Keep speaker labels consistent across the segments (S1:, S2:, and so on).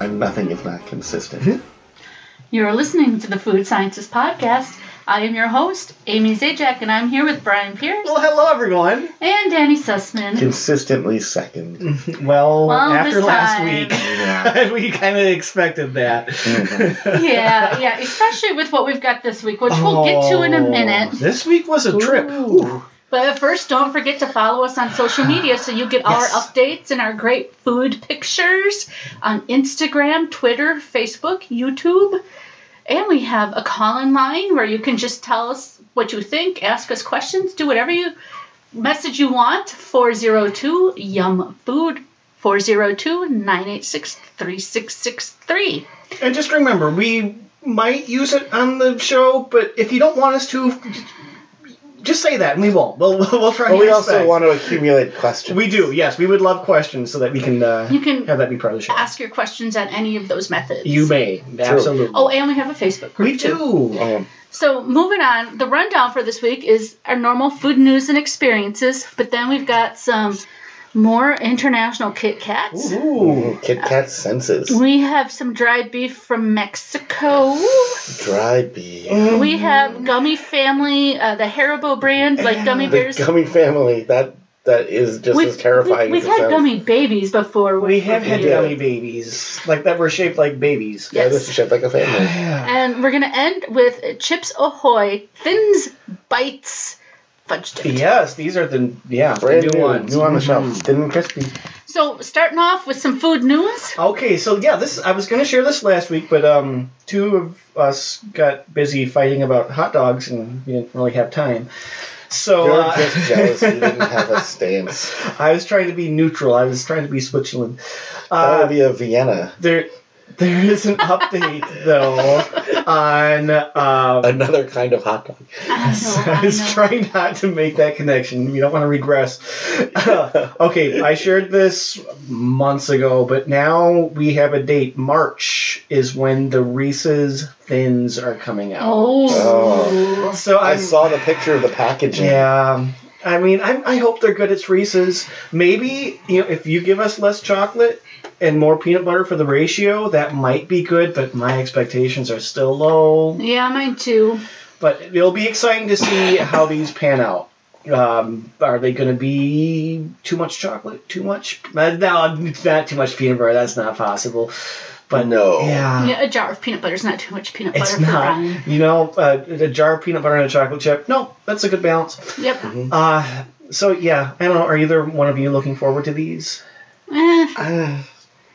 S1: and nothing if not
S2: Hmm?
S1: consistent.
S3: You're listening to the Food Sciences Podcast. I am your host, Amy Zajac, and I'm here with Brian Pierce
S2: Well, hello everyone.
S3: and Danny Sussman.
S1: Consistently second.
S2: Hmm. Well,
S3: Well,
S2: after
S3: this
S2: last
S3: time.
S2: week,
S1: Yeah.
S2: we kind of expected that.
S3: yeah, yeah, especially with what we've got this week, which we'll get to in a
S2: Oh,
S3: minute.
S2: This week was a trip.
S1: Ooh.
S2: Ooh.
S3: But first, don't forget to follow us on social media so you get
S2: Yes.
S3: our updates and our great food pictures on Instagram, Twitter, Facebook, YouTube. And we have a call in line where you can just tell us what you think, ask us questions, do whatever you message you want. 402 Yum Food 402 986 3663.
S2: And just remember, we might use it on the show, but if you don't want us to, just say that, and we won't. We'll we'll, we'll try.
S1: But
S2: to
S1: we also
S2: respect.
S1: want to accumulate questions.
S2: We do. Yes, we would love questions so that we can uh,
S3: You can-
S2: have that be part of the show.
S3: Ask your questions on any of those methods.
S2: You may absolutely.
S3: Oh, and we have a Facebook group
S2: we
S3: too.
S2: do.
S1: Um,
S3: So moving on, the rundown for this week is our normal food news and experiences, but then we've got some more international Kit Kats.
S2: Ooh.
S1: Kit Kat senses.
S3: We have some dried beef from Mexico.
S2: Mm-hmm.
S1: Dry bee.
S3: We have Gummy Family, uh, the Haribo brand, like gummy
S1: The
S3: bears.
S1: gummy family. That that is just as terrifying
S3: We,
S1: as
S3: have
S1: it
S3: had
S1: sounds.
S3: gummy babies before.
S2: We have had
S1: Yeah.
S2: gummy babies, like that were shaped like babies.
S1: Yeah,
S3: yes.
S1: this is shaped like a family.
S3: And we're gonna end with Chips Ahoy Thins Bites Fudge Dip.
S2: Yes, these are the yeah the
S1: Brand
S2: new,
S1: new,
S2: ones.
S1: new on the
S2: Mhm.
S1: shelf, thin and crispy.
S3: So starting off with some food news.
S2: Okay, so yeah, this I was gonna share this last week, but um, two of us got busy fighting about hot dogs, and we didn't really have time. So
S1: You're
S2: uh,
S1: just jealous you didn't have a stance.
S2: I was trying to be neutral. I was trying to be Switzerland.
S1: That
S2: Uh,
S1: would be a Vienna.
S2: there, there is an update though on. Uh,
S1: Another kind of hot dog.
S3: I know,
S2: I
S3: I
S2: was
S3: know.
S2: trying not to make that connection. We don't want to regress. okay, I shared this months ago, but now we have a date. March is when the Reese's Thins are coming out.
S3: Oh.
S2: so
S1: I
S2: I'm,
S1: saw the picture of the packaging.
S2: Yeah. I mean, I, I hope they're good. It's Reese's. Maybe you know if you give us less chocolate and more peanut butter for the ratio, that might be good. But my expectations are still low.
S3: Yeah, mine too.
S2: But it'll be exciting to see how these pan out. Um, are they going to be too much chocolate? Too much? Uh, No, not too much peanut butter. That's not possible. But
S1: No.
S2: yeah,
S3: Yeah, a jar of peanut butter is not too much peanut butter
S2: it's
S3: for Brian.
S2: not. You know, uh, a jar of peanut butter and a chocolate chip. No, that's a good balance.
S3: Yep.
S2: Uh, so yeah, I don't know. Are either one of you looking forward to these?
S3: Eh,
S1: Ah,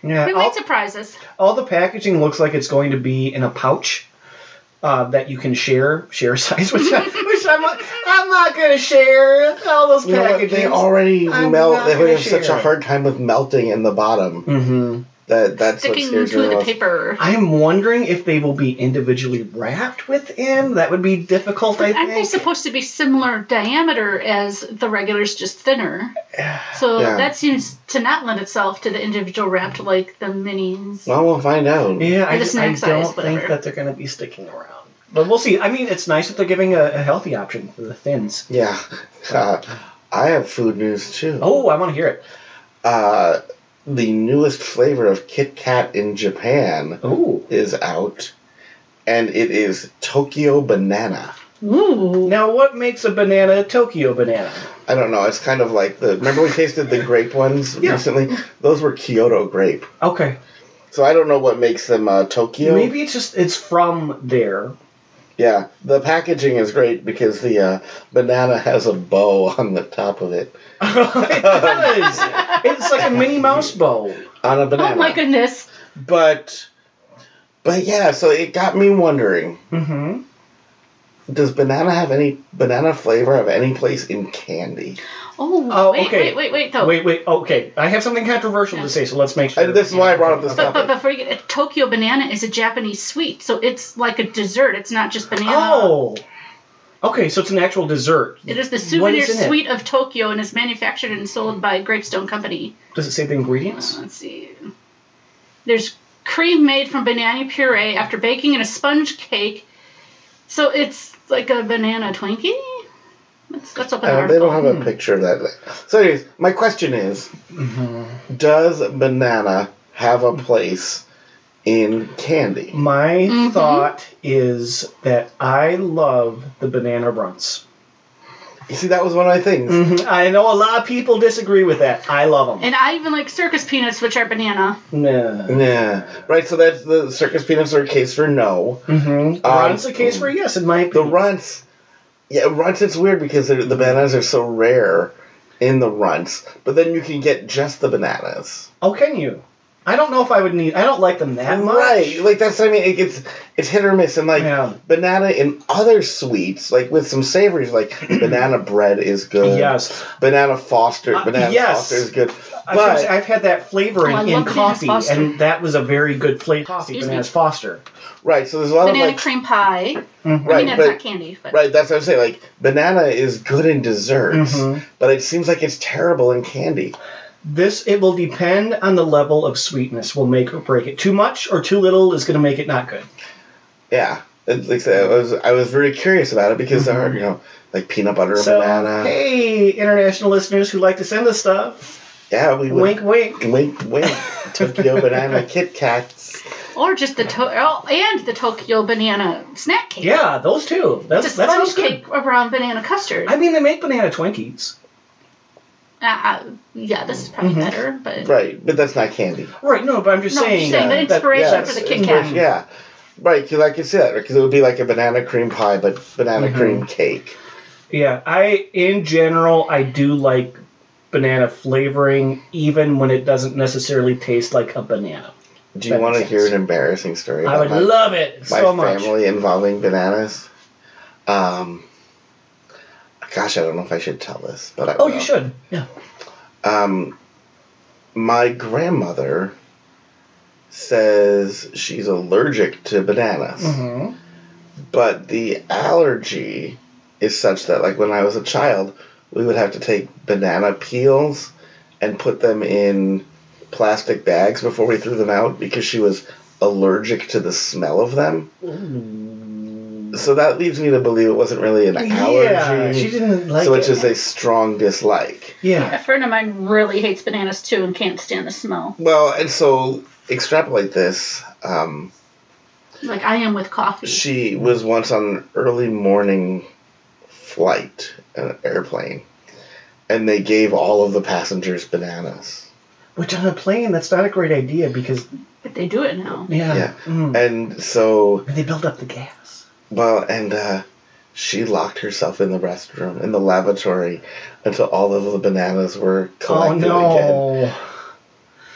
S2: Yeah,
S3: it
S2: all,
S3: might surprise us.
S2: all the packaging looks like it's going to be in a pouch uh, that you can share share size, which, I, which I'm not, I'm not gonna share all those
S1: you know what?
S2: packages.
S1: They already
S2: I'm
S1: melt.
S2: not
S1: They
S2: gonna
S1: have such a
S2: share.
S1: hard time with melting in the bottom.
S2: hmm
S1: That that's what
S3: Sticking
S1: scares
S3: to
S1: me
S3: the
S1: most.
S3: paper.
S2: I'm wondering if they will be individually wrapped within. That would be difficult, I
S3: Aren't they
S2: think.
S3: supposed to be similar diameter as the regulars, just thinner? So
S1: Yeah.
S3: that seems to not lend itself to the individual wrapped like the minis.
S1: Well, we'll find out.
S2: yeah, I,
S3: the
S2: just, I
S3: snack
S2: don't
S3: size,
S2: think
S3: whatever.
S2: that they're gonna be sticking around. But we'll see. I mean, it's nice that they're giving a, a healthy option for the thins.
S1: Yeah. Uh, I have food news too.
S2: Oh, I want to hear it.
S1: Uh, the newest flavor of Kit Kat in Japan
S2: Oh.
S1: is out, and it is Tokyo banana.
S3: Ooh.
S2: Now, what makes a banana a Tokyo banana?
S1: I don't know. It's kind of like the. Remember we tasted the grape ones
S2: Yeah.
S1: recently? Those were Kyoto grape.
S2: Okay.
S1: So I don't know what makes them uh, Tokyo.
S2: Maybe it's just it's from there.
S1: Yeah, the packaging is great because the uh, banana has a bow on the top of it.
S2: it does. It's like a Minnie Mouse bow.
S1: On a
S3: Oh
S1: banana.
S3: my goodness.
S1: But, but yeah, so it got me wondering
S2: Mm-hmm.
S1: does banana have any banana flavor of any place in candy?
S3: Oh,
S2: Oh,
S3: wait,
S2: okay.
S3: wait, wait, wait, though.
S2: Wait, wait. Okay, I have something controversial to say, so let's make sure.
S1: And this is why I brought up this
S3: But, but
S1: topic.
S3: before you get it, Tokyo banana is a Japanese sweet, so it's like a dessert. It's not just banana.
S2: Oh. Okay, so it's an actual dessert.
S3: It is the
S2: What
S3: souvenir
S2: is in it?
S3: suite of Tokyo and is manufactured and sold by Grapestone Company. Uh,
S2: Does it say the ingredients?
S3: Let's see. There's cream made from banana puree after baking in a sponge cake. So it's like a banana Twinkie? Let's, let's open the
S1: Uh, they
S3: article.
S1: don't have a picture of that. So, anyways, my question is: Does banana have a place in candy.
S2: My
S3: Mhm.
S2: thought is that I love the banana runs.
S1: You see, that was one of my things.
S3: Mm.
S2: I know a lot of people disagree with that. I love them.
S3: And I even like circus peanuts, which are banana.
S2: No.
S1: Yeah. Right, so that's the circus peanuts are a case for no.
S2: Mm-hmm. runs a case for yes in
S1: Um,
S2: my
S1: The
S2: opinion.
S1: runts, yeah, runts, it's weird because they're- the bananas are so rare in the runts, but then you can get just the bananas.
S2: oh, can you? I don't know if I would need. I don't like them that much.
S1: Right. Like, that's what I mean. It, it's, it's hit or miss. And, like,
S2: Yeah.
S1: banana in other sweets, like with some savories, like banana bread is good.
S2: Yes.
S1: Banana foster,
S2: Uh,
S1: banana
S2: yes.
S1: foster is good.
S2: I was gonna
S1: But-
S2: say, I've had that flavor
S3: Oh, I
S2: in, in
S3: love Bananas
S2: coffee,
S3: Foster.
S2: and that was a very good flavor. Coffee,
S3: Excuse me.
S2: bananas Foster.
S1: Right, so
S2: Oh,
S1: there's a lot
S3: Banana
S1: of, like,
S3: cream pie. I
S1: right,
S3: mean, that's
S1: but-
S3: not candy, but
S1: Right, that's what I'm saying. Like banana is good in desserts,
S2: Mhm.
S1: but it seems like it's terrible in candy.
S2: This it will depend on the level of sweetness. Will make or break it. Too much or too little is going to make it not good.
S1: Yeah, It's like I said, I was I was very curious about it because there are you know like peanut butter and
S2: Mm-hmm. So,
S1: banana.
S2: hey, international listeners who like to send us stuff,
S1: yeah, we would
S2: wink, wink.
S1: wink wink Tokyo banana Kit Kats.
S3: or just the to- oh, and the Tokyo banana snack cake.
S2: Yeah, those two. That's
S3: Just
S2: that sounds
S3: sponge
S2: good.
S3: cake around banana custard.
S2: I mean, they make banana Twinkies.
S3: Uh, uh, yeah, this is
S2: Mm-hmm.
S3: probably better, but
S1: Right, but that's not candy.
S2: Right? No, but I'm just
S3: No, I'm
S2: saying. uh,
S3: just saying the
S2: that-
S3: inspiration
S1: for
S3: the Kit
S2: inspiration.
S3: Kat.
S1: Yeah, right. 'cause Like you said, because it would be like a banana cream pie, but banana
S2: Mm-hmm.
S1: cream cake.
S2: Yeah, I in general I do like banana flavoring, even when it doesn't necessarily taste like a banana.
S1: Do you
S2: That
S1: want to
S2: makes
S1: hear
S2: sense.
S1: an embarrassing story?
S2: I
S1: about
S2: would
S1: my-
S2: love it
S1: my
S2: so much.
S1: family involving bananas. Um, gosh, I don't know if I should tell this, but I
S2: Oh,
S1: will.
S2: you should. Yeah.
S1: Um, my grandmother says she's allergic to bananas,
S2: Mm-hmm.
S1: but the allergy is such that, like, when I was a child, we would have to take banana peels and put them in plastic bags before we threw them out because she was allergic to the smell of them. So that leads me to believe it wasn't really an allergy.
S2: Yeah, she didn't like
S1: so
S2: it.
S1: it's just a strong dislike.
S3: A
S2: yeah.
S3: friend of mine really hates bananas too and can't stand the smell.
S1: Well, and so extrapolate this. Um,
S3: Like I am with coffee.
S1: she was once on an early morning flight, an airplane, and they gave all of the passengers bananas.
S2: Which on a plane, that's not a great idea because
S3: but they do it now.
S2: yeah,
S1: Yeah.
S2: mm.
S1: And so,
S2: they build up the gas.
S1: well, and uh, she locked herself in the restroom, in the lavatory, until all of the bananas were
S2: Oh
S1: collected again.
S2: no.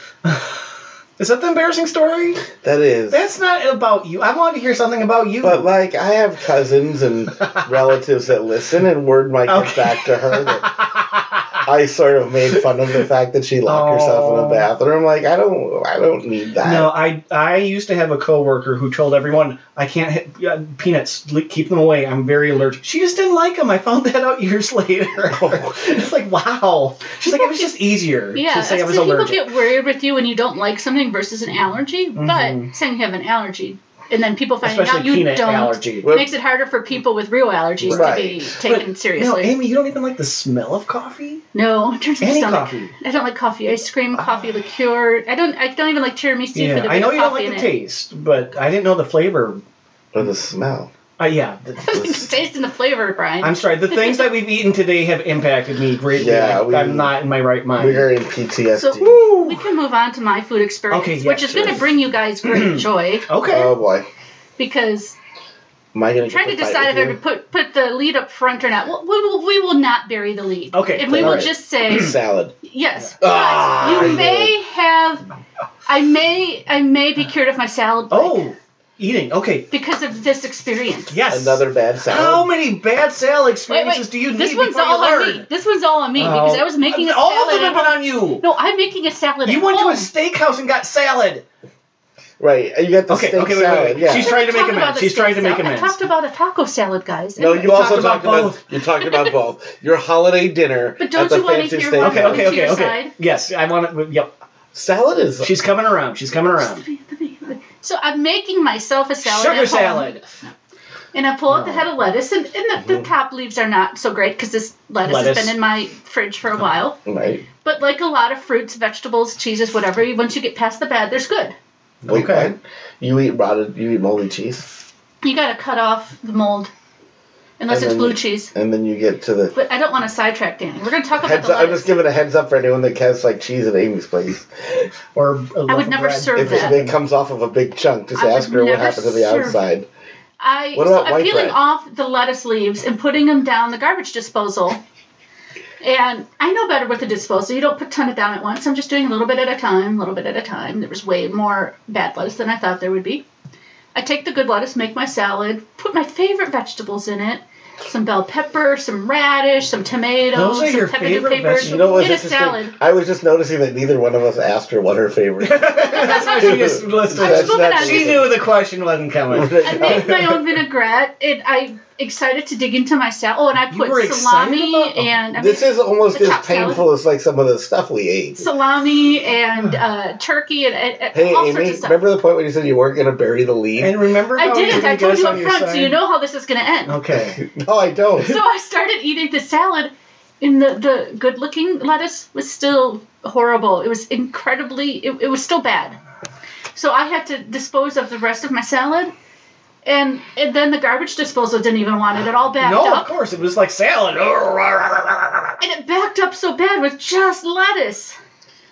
S2: Is that the embarrassing story?
S1: That is.
S2: That's not about you. I want to hear something about you.
S1: But like, I have cousins and relatives that listen, and word might get
S2: Okay.
S1: back to her that I sort of made fun of the fact that she locked herself in
S2: Oh.
S1: the bathroom. Like, I don't, I don't need that.
S2: No, I I used to have a coworker who told everyone I can't hit uh, peanuts. li- Keep them away. I'm very allergic. She just didn't like them. I found that out years later.
S1: Oh.
S2: it's like wow. She's like it was just easier
S3: Yeah,
S2: to say I was
S3: so people
S2: allergic.
S3: get worried with you when you don't like something versus an allergy,
S2: Mhm.
S3: but saying you have an allergy, and then people finding
S2: Especially
S3: out you
S2: peanut
S3: don't
S2: allergy.
S1: Well,
S3: makes it harder for people with real allergies to be
S1: Right.
S3: taken
S2: But, No,
S3: seriously.
S2: Amy, you don't even like the smell of coffee.
S3: No, in terms of
S2: Any
S3: stomach,
S2: coffee. Ah.
S3: I don't like coffee ice cream, coffee liqueur. I don't. I don't even like tiramisu for
S2: Yeah,
S3: the
S2: I know
S3: bit
S2: you
S3: of
S2: don't
S3: coffee
S2: like the
S3: in it.
S2: taste, but I didn't know the flavor.
S1: Or the smell.
S2: Uh, yeah, the-
S3: I like the taste and the flavor, Brian.
S2: I'm sorry. The things that we've eaten today have impacted me greatly.
S1: Yeah,
S2: Like,
S1: we-
S2: I'm not in my right mind.
S1: We're in PTSD.
S3: So-
S2: Woo!
S3: we can move on to my food experience,
S2: Okay, yeah,
S3: which is going
S1: sure.
S3: to bring you guys great joy
S2: Okay.
S1: oh boy,
S3: because
S1: am I gonna?
S3: I'm trying to
S1: get in a
S3: decide
S1: fight
S3: if
S1: with
S3: I to put put the lead up front or not. We, we, will, we will not bury the lead.
S2: Okay,
S3: And we will
S1: alright.
S3: just say
S1: you? salad.
S3: yes.
S1: Ah,
S3: but
S1: I
S3: you may have. I may I may be cured of my salad plague
S2: oh, eating. Okay.
S3: because of this experience.
S2: Yes.
S1: Another bad salad.
S2: How many bad salad
S3: Wait,
S2: experiences
S3: wait.
S2: do you need?
S3: this one's
S2: before
S3: all
S2: you
S3: on
S2: learn? Oh.
S3: me. This one's all on me because I was making a
S2: all
S3: salad.
S2: of
S3: at
S2: them have been
S3: home.
S2: on you.
S3: No, I'm making a salad.
S2: You
S3: at
S2: went to
S3: home.
S2: a steakhouse and got salad.
S1: Right, you got the
S2: Okay,
S1: steak
S2: okay, wait, wait,
S1: salad.
S2: wait.
S1: Yeah.
S2: She's
S3: I
S2: trying to make
S3: talked about
S2: amends.
S3: the
S2: She's trying to
S3: steak
S2: make
S3: salad.
S2: amends.
S3: I talked about a taco salad, guys.
S1: no,
S3: Anyway.
S1: you also talked
S2: talked about
S1: about,
S2: both.
S1: you talked about both. Your holiday dinner
S3: But don't
S1: at the
S3: you wanna
S1: fancy
S3: hear
S1: steak
S3: my-
S2: Okay,
S1: house.
S2: okay,
S3: To your
S2: okay, okay.
S3: side.
S2: Yes, I want to. Yep.
S1: Salad is
S2: She's coming around. She's coming around.
S3: So I'm making myself a salad. at
S2: Sugar
S3: home,
S2: salad.
S3: And I pull out the head of lettuce, and, and the,
S1: Mm-hmm.
S3: the top leaves are not so great because this lettuce,
S2: Lettuce.
S3: has been in my fridge for a
S1: Uh-huh.
S3: while.
S1: right.
S3: But like a lot of fruits, vegetables, cheeses, whatever, once you get past the bad, there's good.
S1: Wait,
S2: Okay.
S1: what? You eat rotted, you eat moldy cheese,
S3: You gotta cut off the mold, unless
S1: And
S3: it's
S1: then-
S3: blue cheese.
S1: and then you get to the.
S3: But I don't want to sidetrack, Danny. We're gonna talk about
S1: Heads
S3: the
S1: up, I'm just
S3: lettuce.
S1: giving a heads up for anyone that has like cheese at Amy's place.
S2: Or
S3: I would never serve
S1: If
S3: that.
S1: it, it comes off of a big chunk, just
S3: I would
S1: ask her what
S3: never
S1: happened to the
S3: serve-
S1: outside.
S3: I
S1: What
S3: so
S1: about
S3: I'm
S1: white
S3: peeling
S1: bread?
S3: off the lettuce leaves and putting them down the garbage disposal. And I know better with the disposal. You don't put ton of down at once. I'm just doing a little bit at a time, a little bit at a time. There was way more bad lettuce than I thought there would be. I take the good lettuce, make my salad, put my favorite vegetables in it. Some bell pepper, some radish, some tomatoes,
S2: Those are
S3: some
S2: your
S3: pepper
S2: favorite
S3: papers.
S2: vegetables?
S1: You know what's
S3: in a
S1: interesting?
S3: salad.
S1: I was just noticing that neither one of us asked her what her favorite.
S2: That's why she just
S1: That's
S2: listed.
S3: moving
S1: not
S3: on.
S1: the-
S2: She knew the question wasn't coming.
S3: I made my own vinaigrette, and I'm excited to dig into my salad. Oh, and I
S2: You
S3: put
S2: were excited
S3: salami
S2: about-
S3: and I
S1: this
S3: made
S1: is almost
S3: the
S1: as
S3: chopped salad.
S1: painful as like some of the stuff we ate.
S3: salami and uh, turkey and, and, and
S1: hey,
S3: all sorts
S1: Amy,
S3: of stuff.
S1: remember the point when you said you weren't going to bury the lead?
S2: And remember how
S3: I
S2: you
S3: didn't. I told
S2: guys
S3: you
S2: on
S3: up
S2: your
S3: front, so you
S2: side-
S3: know how this is going to end.
S2: Okay.
S1: no, I don't.
S3: So I started eating the salad, and the, the good looking lettuce was still horrible. It was incredibly, it, it was still bad. So I had to dispose of the rest of my salad. And, and then the garbage disposal didn't even want it. It all backed
S2: No, of
S3: up.
S2: course it was like salad.
S3: And it backed up so bad with just lettuce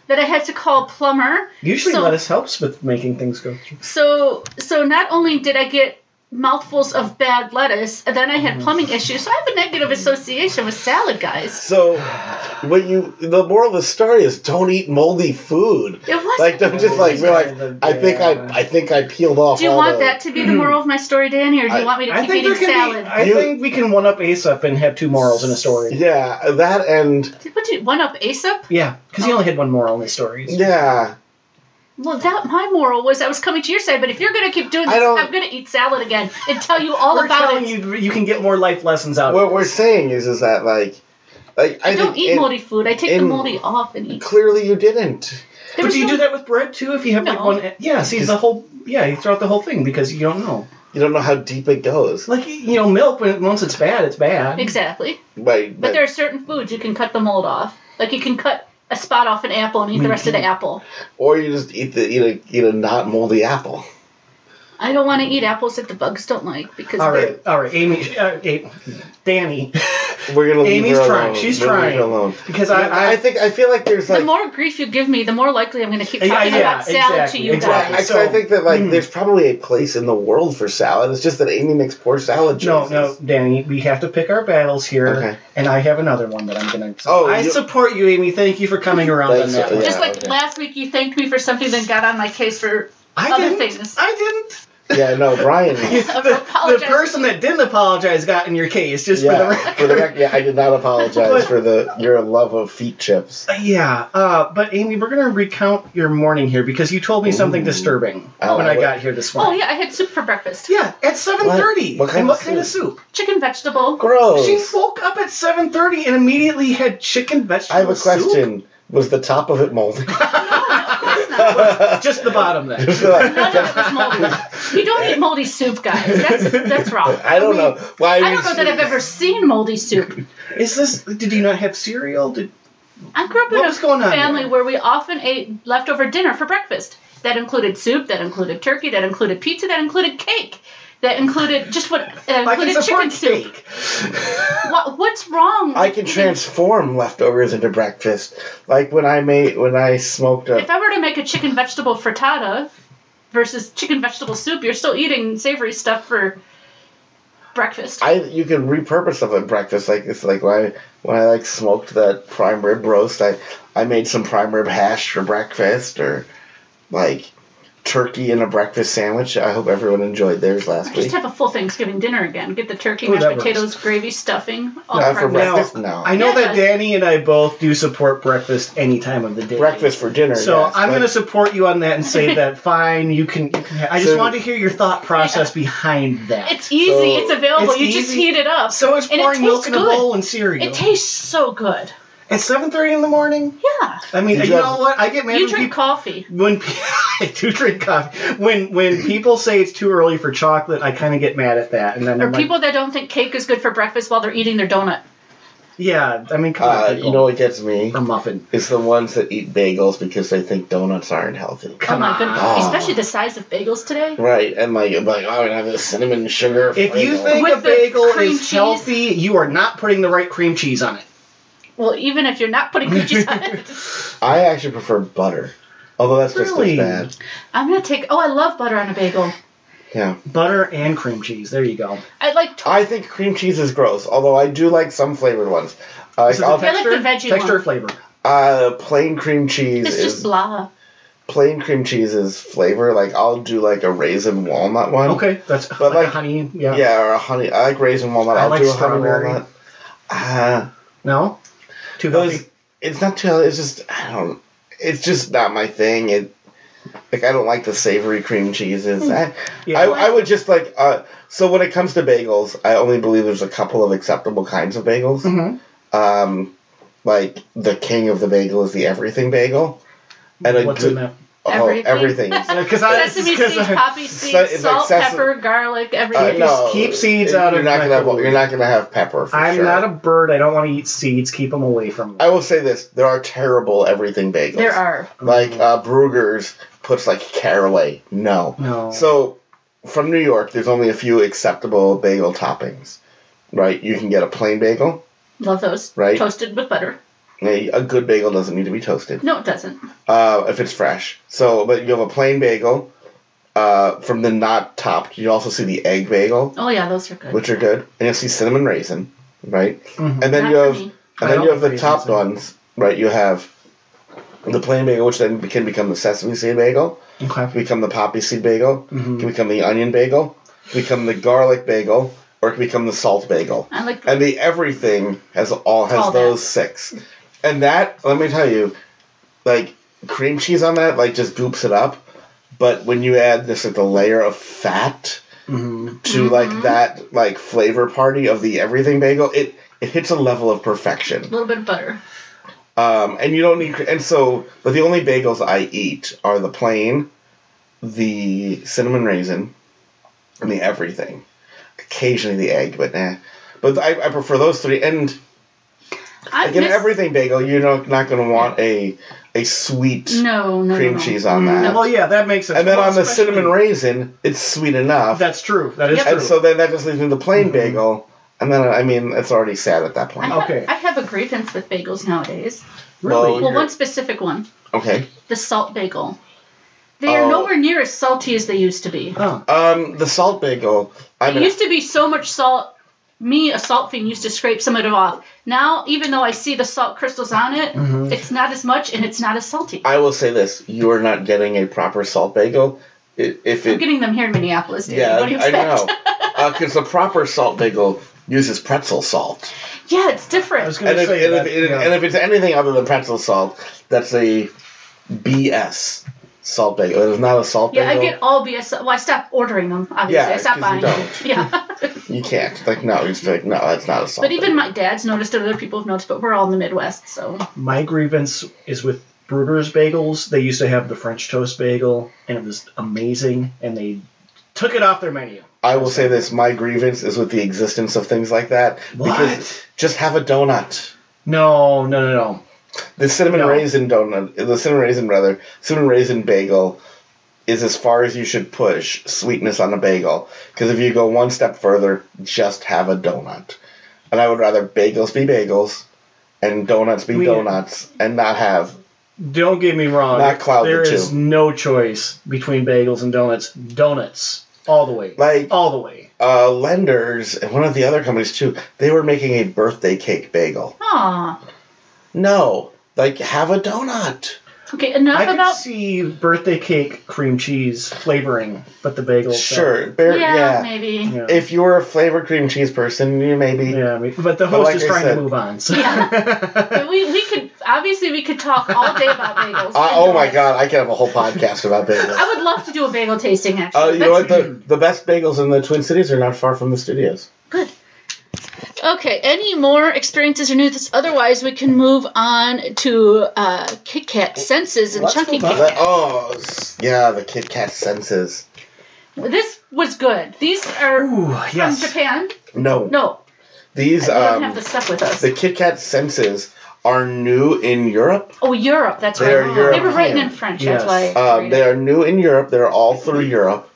S3: that I had to call a plumber.
S2: Usually
S3: So-
S2: lettuce helps with making things go through.
S3: So so not only did I get mouthfuls of bad lettuce, and then I
S2: Mm-hmm.
S3: had plumbing issues. So I have a negative association with salad, guys.
S1: So, when you the moral of the story is don't eat moldy food.
S3: It was.
S1: Like don't just like be like I think
S2: Yeah.
S1: I I think I peeled off.
S3: do you
S1: all
S3: want
S1: the,
S3: that to be the moral of my story, Danny, or do
S1: I-
S3: you want me to
S2: Mm-hmm. I
S3: keep
S2: think
S3: eating
S2: there can
S3: salad?
S2: be, I
S1: You-
S2: think we can one up Aesop and have two morals in a story.
S1: Yeah, that and
S3: What did one up Aesop?
S2: Yeah, because he only had one moral in his stories.
S1: yeah.
S3: Well, that my moral was I was coming to your side, but if you're gonna keep doing
S1: I
S3: this,
S1: don't-
S3: I'm gonna eat salad again and tell you all
S2: We're
S3: about
S2: telling
S3: it.
S2: you you can get more life lessons out of
S1: What we're saying is is that like like I,
S3: I don't
S1: think
S3: eat
S1: it-
S3: moldy food. I take the
S1: in-
S3: moldy off and eat.
S1: Clearly, you didn't.
S2: it.
S3: There
S2: But
S3: was
S2: do you
S3: no-
S2: do that with bread too? If you have like
S3: No.
S2: one, yeah, see the whole, yeah, you throw out the whole thing because you don't know.
S1: You don't know how deep it goes.
S2: Like you know, milk when it, once it's bad, it's bad.
S3: Exactly.
S1: But,
S3: But there are certain foods you can cut the mold off. Like you can cut a spot off an apple and eat the rest of the apple.
S1: or you just eat the eat a eat a not moldy apple.
S3: I don't want to eat apples that the bugs don't like because
S2: All
S3: they're-
S2: right, all right, Amy, uh, A- Danny,
S1: We're gonna leave
S2: Amy's
S1: her
S2: trying.
S1: alone.
S2: She's
S1: We're gonna leave her
S2: trying.
S1: alone.
S2: because I, I,
S1: I think I feel like there's
S3: the
S1: like
S3: more grief you give me, the more likely I'm going to keep
S2: Yeah,
S3: talking
S2: yeah,
S3: about salad
S2: exactly,
S3: to you
S2: exactly.
S1: I,
S3: guys.
S1: so, I
S2: So-
S1: think that like
S2: Mm.
S1: there's probably a place in the world for salad. It's just that Amy makes poor salad
S2: no,
S1: choices.
S2: no, Danny, we have to pick our battles here,
S1: Okay.
S2: and I have another one that I'm gonna.
S1: Oh,
S2: I
S1: you-
S2: support you, Amy. Thank you for coming around
S1: Thanks, uh,
S2: on that.
S1: yeah.
S2: one.
S3: Just like
S1: okay.
S3: last week, you thanked me for something then got on my case for
S2: I
S3: other
S2: didn't.
S3: things.
S2: I didn't.
S1: Yeah, no, Brian.
S2: the, the
S3: Apologize.
S2: person that didn't apologize got in your case, just for the
S1: yeah,
S2: record.
S1: for the record, yeah, I did not apologize for the your love of feet chips.
S2: Yeah, uh, but Amy, we're gonna recount your morning here because you told me something
S1: Ooh.
S2: disturbing
S1: Oh,
S2: when
S1: I
S2: I
S1: would-
S2: got here this
S3: oh
S2: morning.
S3: yeah, I had soup for breakfast.
S2: yeah. at seven thirty.
S1: What kind
S2: and
S1: of
S2: what kind of soup?
S3: Chicken vegetable.
S1: Gross.
S2: She woke up at seven thirty and immediately had chicken vegetable
S1: I have a
S2: soup?
S1: question. Was the top of it moldy?
S2: Just the bottom then.
S1: Just like-
S3: None of it was moldy. You don't eat moldy soup, guys. That's that's wrong.
S1: I don't know. Why
S3: I don't know that I've ever seen moldy soup.
S2: Is this? Did you not have cereal? Did,
S3: I grew up
S2: What
S3: in
S2: was
S3: a
S2: going on
S3: family
S2: there?
S3: where we often ate leftover dinner for breakfast. That included soup, that included turkey, that included pizza, that included cake, that included just what that
S2: I can
S3: included
S2: support
S3: chicken soup.
S2: cake.
S3: What, what's wrong?
S1: I
S3: with
S1: can
S3: eating-
S1: transform leftovers into breakfast. Like when I made when I smoked
S3: If
S1: a
S3: I were to make a chicken vegetable frittata versus chicken vegetable soup, you're still eating savory stuff for breakfast.
S1: I you can repurpose stuff at breakfast. Like it's like when I when I like smoked that prime rib roast, I I made some prime rib hash for breakfast or like turkey in a breakfast sandwich. I hope everyone enjoyed theirs last
S3: just
S1: week.
S3: have a full Thanksgiving dinner again. Get the turkey,
S2: Ooh,
S3: mashed
S2: that works.
S3: potatoes, gravy, stuffing, all
S1: Not for
S3: breakfast.
S1: breakfast? No.
S2: I know
S3: Yeah, it
S2: that
S3: does.
S2: Danny and I both do support breakfast any time of the day.
S1: breakfast for dinner.
S2: So
S1: yes,
S2: I'm
S1: but-
S2: going to support you on that and say that fine, you can. You can ha- I just
S1: So-
S2: want to hear your thought process behind that.
S3: It's easy.
S1: So-
S3: it's available.
S2: It's
S3: you just
S2: easy.
S3: heat it up.
S2: so it's
S3: and it
S2: pouring milk
S3: tastes
S2: in a
S3: good.
S2: bowl and cereal.
S3: It tastes so good.
S2: At 7:30 in the morning.
S3: Yeah.
S2: I mean,
S1: Did
S2: you
S1: you have-
S2: know what? I get mad
S3: You
S2: when
S3: drink
S2: people.
S3: coffee.
S2: When pe- I do drink coffee, when when people say it's too early for chocolate, I kind of get mad at that, and then
S3: Or
S2: I'm like,
S3: people that don't think cake is good for breakfast while they're eating their donut. Oh
S2: Yeah, I mean, come on,
S1: Uh,
S2: pickle
S1: you know what gets me?
S2: or muffin.
S1: It's the ones that eat bagels because they think donuts aren't healthy.
S3: Oh
S2: Come
S3: my
S2: on.
S3: goodness.
S1: Oh.
S3: Especially the size of bagels today.
S1: Right, and like, I'm like, oh, I'm gonna have this cinnamon sugar.
S2: If you
S1: Fregel."
S2: think
S3: With
S2: a
S3: the
S2: bagel
S3: cream
S2: is
S3: cheese.
S2: healthy, you are not putting the right cream cheese on it.
S3: Well, even if you're not putting cream cheese on it.
S1: I actually prefer butter, although that's just
S2: Really?
S1: as bad.
S3: I'm going to take. Oh, I love butter on a bagel.
S1: Yeah,
S2: Butter and cream cheese. There you go.
S3: I like. Tw-
S1: I think cream cheese is gross, although I do like some flavored ones. Uh,
S2: Is it
S1: I'll-
S3: the I like veggie
S2: texture
S3: one.
S2: or flavor.
S1: uh, plain cream cheese
S3: it's
S1: is
S3: just blah.
S1: plain cream cheese is flavor. Like I'll do like a raisin walnut one.
S2: Okay, that's
S1: Um, But
S2: like, a
S1: like-
S2: honey. Yeah.
S1: Yeah, or a honey. I like raisin walnut.
S2: I
S1: I'll
S2: like
S1: do a
S2: strawberry.
S1: honey walnut. Uh,
S2: No. Too
S1: those.
S2: healthy.
S1: It's not too. It's just I don't. It's just not my thing. It. Like I don't like the savory cream cheeses. I,
S2: Hmm. Yeah.
S1: I, I would just like uh, so when it comes to bagels, I only believe there's a couple of acceptable kinds of bagels.
S2: Mhm.
S1: Um, like the king of the bagel is the everything bagel, and a
S2: What's
S1: good-
S2: in that?
S1: oh, everything.
S3: Everything?
S1: is-
S2: Because I,
S3: Sesame seeds,
S2: 'cause I-
S3: poppy
S1: so-
S3: seeds,
S1: it's
S3: salt,
S1: like sesame-
S3: pepper, garlic,
S1: Uh,
S3: everything.
S1: no,
S2: keep seeds
S1: you're
S2: out of
S1: not
S2: my
S1: gonna have,
S2: food.
S1: you're not gonna have pepper. For
S2: I'm
S1: sure.
S2: not a bird. I don't want to eat seeds. Keep them away from me.
S1: I will say this: there are terrible everything bagels.
S3: There are.
S1: like
S2: Mm-hmm.
S1: uh, Brugger's puts like caraway. No.
S2: no.
S1: So from New York, there's only a few acceptable bagel toppings, right? You can get a plain bagel.
S3: Love those.
S1: Right.
S3: Toasted with butter.
S1: A a good bagel doesn't need to be toasted.
S3: No, it doesn't.
S1: uh, if it's fresh. So, but you have a plain bagel uh, from the not topped. You also see the egg bagel,
S3: Oh, yeah, those are good.
S1: which are good, and you'll see cinnamon raisin, right?
S2: Mhm.
S1: And then
S3: Not
S1: you
S3: for
S1: have
S3: me.
S1: and
S2: I
S1: then
S2: don't
S1: you have the
S2: like
S1: topped
S2: raisins.
S1: ones, right? You have the plain bagel, which then can become the sesame seed bagel,
S2: okay.
S1: can become the poppy seed bagel,
S2: Mhm.
S1: can become the onion bagel, can become the garlic bagel, or it can become the salt bagel.
S3: I like.
S1: And the everything has all has
S3: All that.
S1: those six. And that, let me tell you, like cream cheese on that, like just goops it up. But when you add this like the layer of fat
S2: Mhm.
S1: to
S3: Mm-hmm.
S1: like that like flavor party of the everything bagel, it it hits a level of
S3: a
S1: perfection.
S3: little bit of butter.
S1: Um, and you don't need and so but the only bagels I eat are the plain, the cinnamon raisin, and the everything. Occasionally the egg, but nah. But I, I prefer those three and
S3: I
S1: like in
S3: miss-
S1: everything bagel, you're not, not going to want a a sweet
S3: No, no,
S1: cream
S3: no, no.
S1: cheese on
S2: Yeah,
S1: that.
S2: Well, yeah, that makes sense.
S1: and then
S2: Well,
S1: on the
S2: especially-
S1: cinnamon raisin, it's sweet enough.
S2: That's true. That is
S3: Yep.
S1: and
S2: true.
S1: so then that just leaves me the plain
S2: Mhm.
S1: bagel. And then I mean, it's already sad at that
S3: I
S1: point.
S3: have,
S2: Okay.
S3: I have a grievance with bagels nowadays.
S1: Well,
S2: really?
S3: Well,
S1: You're-
S3: one specific one
S1: Okay.
S3: the salt bagel. They are
S1: Oh.
S3: nowhere near as salty as they used to be.
S2: Oh.
S1: Um, the salt bagel. I
S3: It
S1: mean,
S3: used to be so much salt. Me, a salt fiend, used to scrape some of it off. Now, even though I see the salt crystals on it,
S2: Mhm.
S3: it's not as much and it's not as salty.
S1: Mm-hmm. I will say this: you are not getting a proper salt bagel i- if
S3: I'm
S1: it.
S3: getting them here in Minneapolis, dude.
S1: Yeah,
S3: what do you
S1: I
S3: expect?
S1: know. Because the proper salt bagel uses pretzel salt.
S3: Yeah, it's
S2: I was
S3: different.
S2: going
S1: and
S2: to
S1: if,
S2: say
S1: and,
S2: that.
S1: if, and,
S2: yeah.
S1: and if it's anything other than pretzel salt, that's a BS salt bagel. It is not a salt
S3: Yeah, I
S1: bagel.
S3: get all BS. Well, I stopped ordering them, obviously.
S1: Yeah,
S3: I stopped
S1: 'cause you
S3: buying them. Yeah.
S1: you can't. Like no, it's like no, that's not a salt.
S3: but even my dad's noticed it, other people have noticed, but we're all in the Midwest, so.
S2: My grievance is with Brugger's bagels. They used to have the French toast bagel, and it was amazing, and they took it off their menu.
S1: I will say this: my grievance is with the existence of things like that.
S2: What?
S1: just have a donut.
S2: No, no, no, no.
S1: The cinnamon
S2: No.
S1: raisin donut, the cinnamon raisin rather, cinnamon raisin bagel is as far as you should push sweetness on a bagel. Because if you go one step further, just have a donut. And I would rather bagels be bagels and donuts be
S2: We-
S1: donuts and not have.
S2: Don't get me wrong.
S1: Not cloud the
S2: There
S1: two.
S2: is no choice between bagels and donuts. Donuts. All the way.
S1: Like-
S2: all the way.
S1: Uh, Lenders and one of the other companies too, they were making a birthday cake bagel.
S3: Aw.
S1: No, like have a donut.
S3: Okay, enough
S2: I
S3: about.
S2: could see birthday cake cream cheese flavoring, but the bagel.
S1: Sure, bear,
S3: yeah,
S1: yeah.
S3: maybe.
S2: Yeah.
S1: If you were a flavored cream cheese person, you maybe.
S2: yeah, I mean- but the
S1: But
S2: host
S1: like
S2: is
S1: I
S2: trying
S1: said-
S2: to move on. So.
S3: But we, we could obviously we could talk all day about bagels.
S1: I,
S3: and
S1: oh my
S3: donuts.
S1: god, I could have a whole podcast about bagels.
S3: I would love to do a bagel tasting
S1: Uh,
S3: actually.
S1: you know what?
S3: That's
S1: The, the best bagels in the Twin Cities are not far from the studios.
S3: good. Okay. Any more experiences or news? Otherwise, we can move on to uh, Kit Kat senses and E.
S2: Let's
S3: chunky
S2: move
S3: Kit
S2: on.
S1: But,
S3: Kat.
S1: oh, s- yeah, the Kit Kat senses.
S3: This was good. These are
S2: Ooh,
S3: from
S2: yes.
S3: Japan.
S1: No.
S3: No,
S1: These
S3: we don't
S1: um,
S3: have the stuff with us.
S1: the Kit Kat senses are new in Europe.
S3: oh, Europe. That's
S1: They are
S3: right. They were written
S1: European.
S3: in French.
S2: Yes.
S3: That's why. I
S1: Um,
S3: read
S1: they
S3: it.
S1: are new in Europe. They're all through Europe.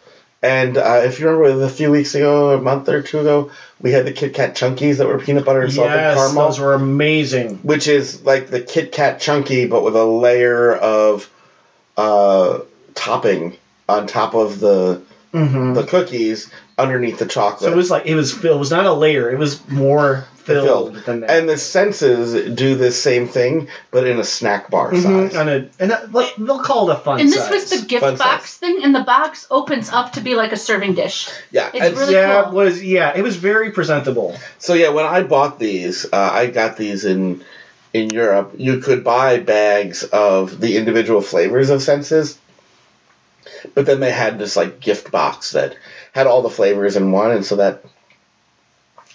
S1: And uh, if you remember, a few weeks ago, a month or two ago, we had the Kit Kat Chunkies that were peanut butter and salted
S2: Yes,
S1: caramel,
S2: those were amazing.
S1: which is like the Kit Kat Chunky, but with a layer of uh, topping on top of the
S2: Mm-hmm.
S1: the cookies underneath the chocolate.
S2: So it was like it was filled. It was not a layer. It was more filled,
S1: Filled.
S2: than that.
S1: and the senses do the same thing, but in a snack bar
S2: Mhm,
S1: size.
S2: and a, and a, like they'll call it a fun.
S3: And this
S2: size.
S3: was the gift
S1: Fun
S3: box thing, and the box opens up to be like a serving dish.
S1: Yeah,
S3: It's
S1: and
S3: really
S2: yeah
S3: cool.
S2: it was yeah it was very presentable.
S1: So yeah, when I bought these, uh, I got these in in Europe. You could buy bags of the individual flavors of senses, but then they had this like gift box that had all the flavors in one, and so that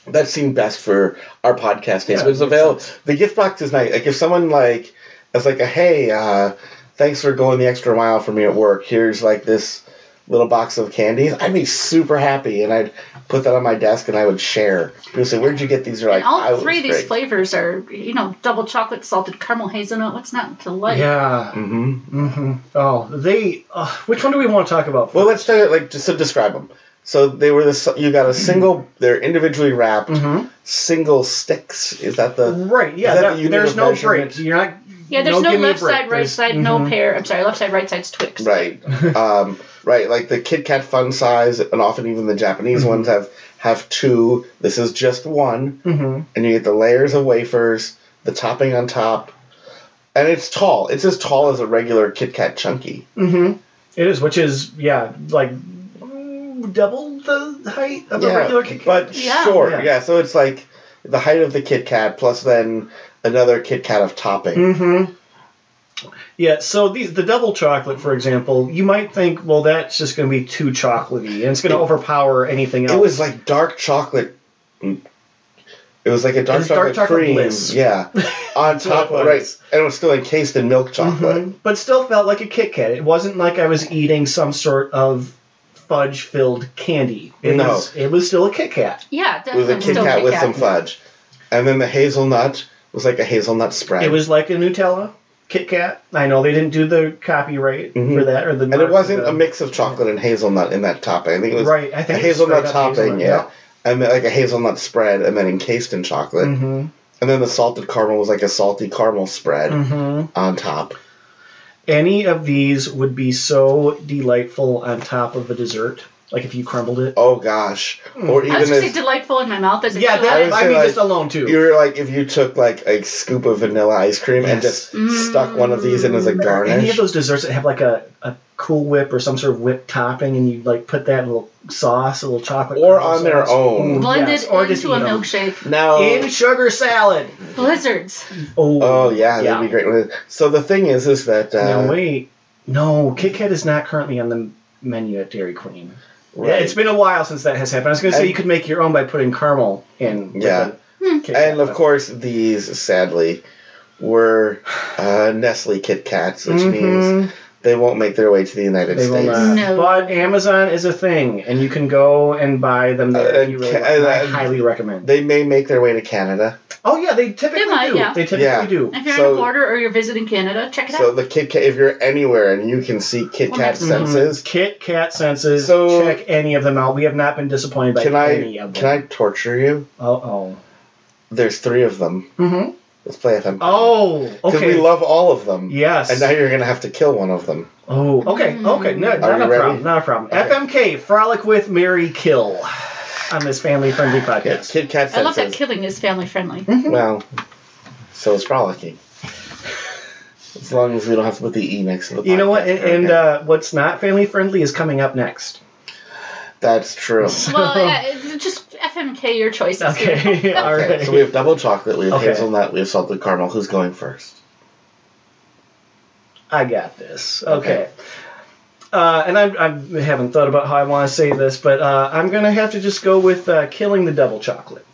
S1: that seemed best for our podcast days.
S2: Yeah,
S1: it was
S2: makes
S1: available.
S2: sense.
S1: The gift box is nice. Like if someone like as like a hey, uh, thanks for going the extra mile for me at work. Here's like this little box of candies. I'd be super happy, and I'd put that on my desk, and I would share. People say, "Where'd you get these?" They're like,
S3: and all
S1: I was
S3: three of these
S1: great."
S3: flavors are, you know, double chocolate, salted caramel, hazelnut. What's not to like?
S2: Yeah.
S1: Mhm.
S2: hmm Oh, they. Uh, which one do we want to talk about?
S1: Well, let's start like just to describe them. So they were this. You got a single. They're individually wrapped.
S2: Mhm.
S1: Single sticks. Is that the?
S2: Right. Yeah.
S1: Uh, Is that
S2: that-
S1: the unit
S2: there's
S1: of
S2: no
S1: measurement?
S2: break. You're not.
S3: Yeah, there's
S2: no,
S3: no,
S2: give me a
S3: left
S2: break. Mm-hmm.
S3: side, right
S2: There's-
S3: side, no pair. I'm sorry, left side, right side's Twix.
S1: Right. um, right. Like the Kit Kat fun size, and often even the Japanese ones have have two. This is just one,
S2: Mhm.
S1: and you get the layers of wafers, the topping on top, and it's tall. It's as tall as a regular Kit Kat chunky.
S2: Mhm. It is, which is yeah, like mm, double the height of a regular Kit Kat.
S1: But
S3: Yeah.
S1: short,
S2: Yeah.
S1: yeah. So it's like the height of the Kit Kat plus then another Kit Kat of topping.
S2: Mm-hmm. Yeah, so these the double chocolate, for example, you might think, well, that's just going to be too chocolatey, and it's going to
S1: It-
S2: overpower anything else.
S1: It was like dark chocolate. It was like a dark
S2: It's dark
S1: chocolate,
S2: chocolate
S1: cream,
S2: bliss.
S1: yeah, on
S2: what
S1: top of
S2: it was.
S1: right, and it was still encased in milk chocolate.
S2: Mhm. but still felt like a Kit Kat. It wasn't like I was eating some sort of fudge-filled candy. It
S1: No.
S2: was it was still a Kit Kat.
S3: Yeah,
S1: It was
S3: definitely.
S1: a Kit
S3: still
S1: Kat with some
S3: Kat.
S1: fudge, and then the hazelnut was like a hazelnut spread.
S2: It was like a Nutella Kit Kat. I know they didn't do the copyright
S1: Mhm.
S2: for that or the
S1: and it wasn't a
S2: mix.
S1: mix of chocolate and hazelnut in that topping. I think it was
S2: right. I
S1: a
S2: think it's
S1: hazelnut
S2: straight up
S1: topping,
S2: hazelnut,
S1: yeah, and then like a hazelnut spread, and then encased in chocolate,
S2: Mhm.
S1: and then the salted caramel was like a salty caramel spread
S2: Mhm.
S1: on top.
S2: any of these would be so delightful on top of a dessert. Like if you crumbled it.
S1: Oh gosh, or even
S3: I was gonna say
S1: if
S3: delightful in my mouth as a
S2: Yeah,
S3: kid.
S1: I would
S2: that, I,
S1: say,
S2: mean
S1: like,
S2: just alone too.
S1: you were like if you took like a scoop of vanilla ice cream and
S2: Yes.
S1: just stuck one of these in as a
S3: Mm.
S1: garnish.
S2: any of those desserts that have like a, a cool whip or some sort of whipped topping and you like put that little sauce, a little chocolate.
S1: Or
S2: caramel
S1: on their
S2: sauce.
S1: own. Oh.
S2: Ooh,
S3: blended
S2: yes, or just
S3: into a
S2: eat 'em.
S3: milkshake.
S1: now,
S2: In sugar salad.
S3: Blizzards.
S2: Oh,
S1: oh yeah,
S2: yeah.
S1: that'd be great. So the thing is, is that uh,
S2: Now wait. No, Kit Kat is not currently on the menu at Dairy Queen. Yeah,
S1: right.
S2: it's been a while since that has happened. I was going to say
S1: And-
S2: you could make your own by putting caramel in. with
S1: Yeah.
S2: the
S3: Hmm.
S2: Kit Kat,
S1: and of
S2: but-
S1: course these sadly were uh, Nestle Kit Kats, which means
S2: Mhm.
S1: they won't make their way to the United
S2: They will
S1: States.
S2: not.
S3: No.
S2: But Amazon is a thing, and you can go and buy them there.
S1: Uh,
S2: if you really
S1: and
S2: want.
S1: ca-
S2: I
S1: and-
S2: highly recommend.
S1: They may make their way to Canada.
S2: oh yeah, they typically
S3: They might,
S2: do.
S3: yeah.
S2: They typically
S1: Yeah.
S2: do.
S3: If you're on
S1: So-
S3: the border or you're visiting Canada, check it
S1: So
S3: out.
S1: the Kit Kat, if you're anywhere and you can see Kit
S3: Well,
S1: Kat
S3: next- Mhm.
S1: senses,
S2: Kit Kat senses.
S1: So-
S2: check any of them out. We have not been disappointed by
S1: can
S2: any
S1: I
S2: of
S1: can
S2: them.
S1: I torture you?
S2: I? Oh
S1: There's three of them.
S2: oh. Mm-hmm.
S1: Let's play FM.
S2: Oh
S1: Because
S2: okay.
S1: we love all of them.
S2: yes.
S1: And now you're gonna have to kill one of them.
S2: oh okay
S3: Mm.
S2: okay. No,
S1: Are
S2: not
S1: you
S2: a
S1: ready?
S2: problem. Not a problem.
S1: Okay.
S2: FMK frolic with Mary Kill on this family friendly
S1: Yeah,
S2: podcast.
S1: Kit Kat senses.
S3: I love that killing is family friendly.
S1: Well, so is frolicking. As long as we don't have to put the e next to the.
S2: You know what?
S1: podcast,
S2: And, and
S1: okay?
S2: uh, what's not family friendly is coming up next.
S1: that's true.
S3: Well, yeah, it's just FMK your choices. here.
S2: Okay. All
S1: Okay,
S2: right.
S1: so we have double chocolate, we have
S2: Okay.
S1: hazelnut, we have salted caramel. Who's going first?
S2: I got this. Okay. Uh, and I, I haven't thought about how I want to say this, but uh, I'm going to have to just go with uh, killing the double chocolate.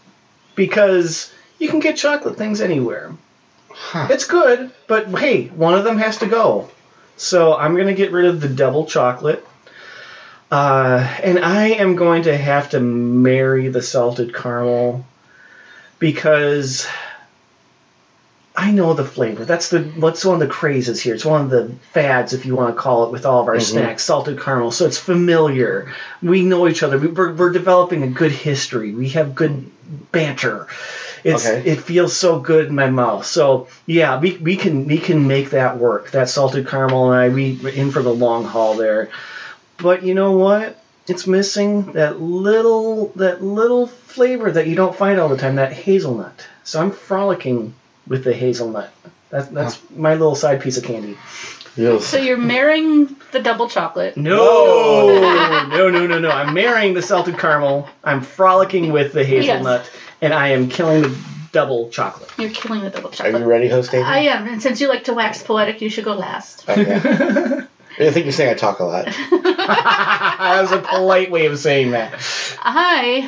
S2: Because you can get chocolate things anywhere.
S1: Huh.
S2: It's good, but hey, one of them has to go. So I'm going to get rid of the double chocolate. Uh, and I am going to have to marry the salted caramel because I know the flavor. That's the what's one of the crazes here. It's one of the fads, if you want to call it, with all of our
S1: Mhm.
S2: snacks, salted caramel. So it's familiar. We know each other. We- We're, we're developing a good history. We have good banter. It's
S1: Okay.
S2: it feels so good in my mouth. So yeah, we, we can we can make that work. That salted caramel and I we we're in for the long haul there. But you know what? It's missing that little that little flavor that you don't find all the time. That hazelnut. So I'm frolicking with the hazelnut. That's that's my little side piece of candy.
S1: You'll
S3: So you're marrying the double chocolate.
S2: No, no, no, no, no. I'm marrying the salted caramel. I'm frolicking with the hazelnut, and I am killing the double chocolate.
S3: You're killing the double
S1: Are you
S3: chocolate.
S1: ready, host Amy?
S3: I am, and since you like to wax poetic, you should go last.
S1: Okay. I think you're saying I talk a lot.
S2: that was a polite way of saying that.
S3: I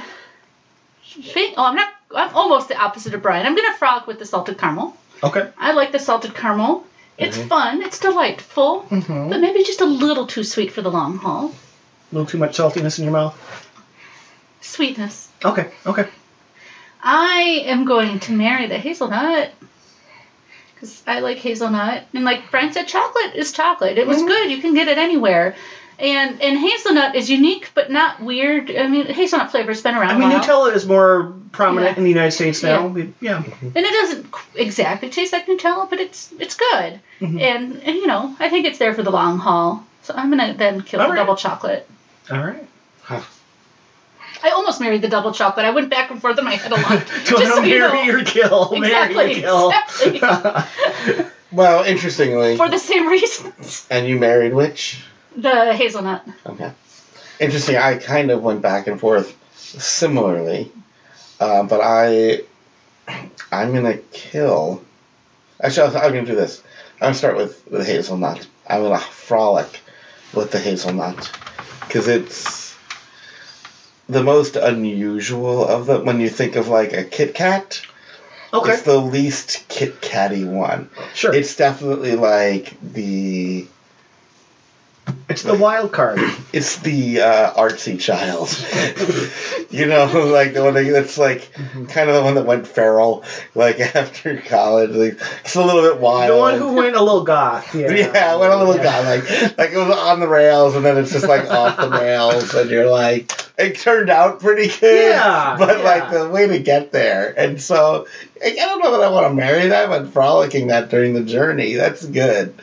S3: think. Oh, I'm not. I'm almost the opposite of Brian. I'm gonna frolic with the salted caramel.
S2: Okay.
S3: I like the salted caramel. It's fun. It's delightful,
S2: Mm-hmm.
S3: but maybe just a little too sweet for the long haul.
S2: A little too much saltiness in your mouth.
S3: Sweetness.
S2: Okay. Okay.
S3: I am going to marry the hazelnut. Because I like hazelnut. And like Brian said, chocolate is chocolate. It was
S2: Mhm.
S3: good. You can get it anywhere. And and hazelnut is unique but not weird. I mean, hazelnut flavor's been around
S2: I
S3: a
S2: mean,
S3: while.
S2: Nutella is more prominent
S3: Yeah.
S2: in the United States now. We- Yeah.
S3: and it doesn't qu- exactly taste like Nutella, but it's it's good.
S1: Mm-hmm.
S2: Mhm.
S3: And, and, you know, I think it's there for the long haul. So I'm gonna then kill the
S2: All right.
S3: double chocolate.
S2: All right.
S3: I almost married the double chocolate. I went back and forth in my head a lot.
S2: Go
S3: just so
S2: marry
S3: you know,
S2: your kill. marry
S3: Exactly,
S2: your kill.
S1: Well, interestingly,
S3: for the same reasons.
S1: and you married which?
S3: The hazelnut.
S1: Okay. Interesting. I kind of went back and forth similarly, uh, but I, I'm gonna kill. Actually, I'm gonna do this. I'm gonna start with with hazelnut. I'm gonna frolic with the hazelnut because it's the most unusual of them. When you think of like a Kit Kat,
S2: okay.
S1: it's the least Kit Katty one.
S2: Sure. It's,
S1: It's definitely like the
S2: the wild card.
S1: it's the uh, artsy child. you know, like the one that- that's like
S2: Mm-hmm.
S1: kind of the one that went feral, like after college. Like, it's a little bit wild.
S2: The one who went a little goth. Yeah.
S1: Yeah, went a little
S2: Yeah.
S1: guy like like it was on the rails and then it's just like off the rails and you're like it turned out pretty good.
S2: Yeah,
S1: But
S2: yeah.
S1: like the way to get there. And so like, I don't know that I want to marry that, but frolicking that during the journey, that's good.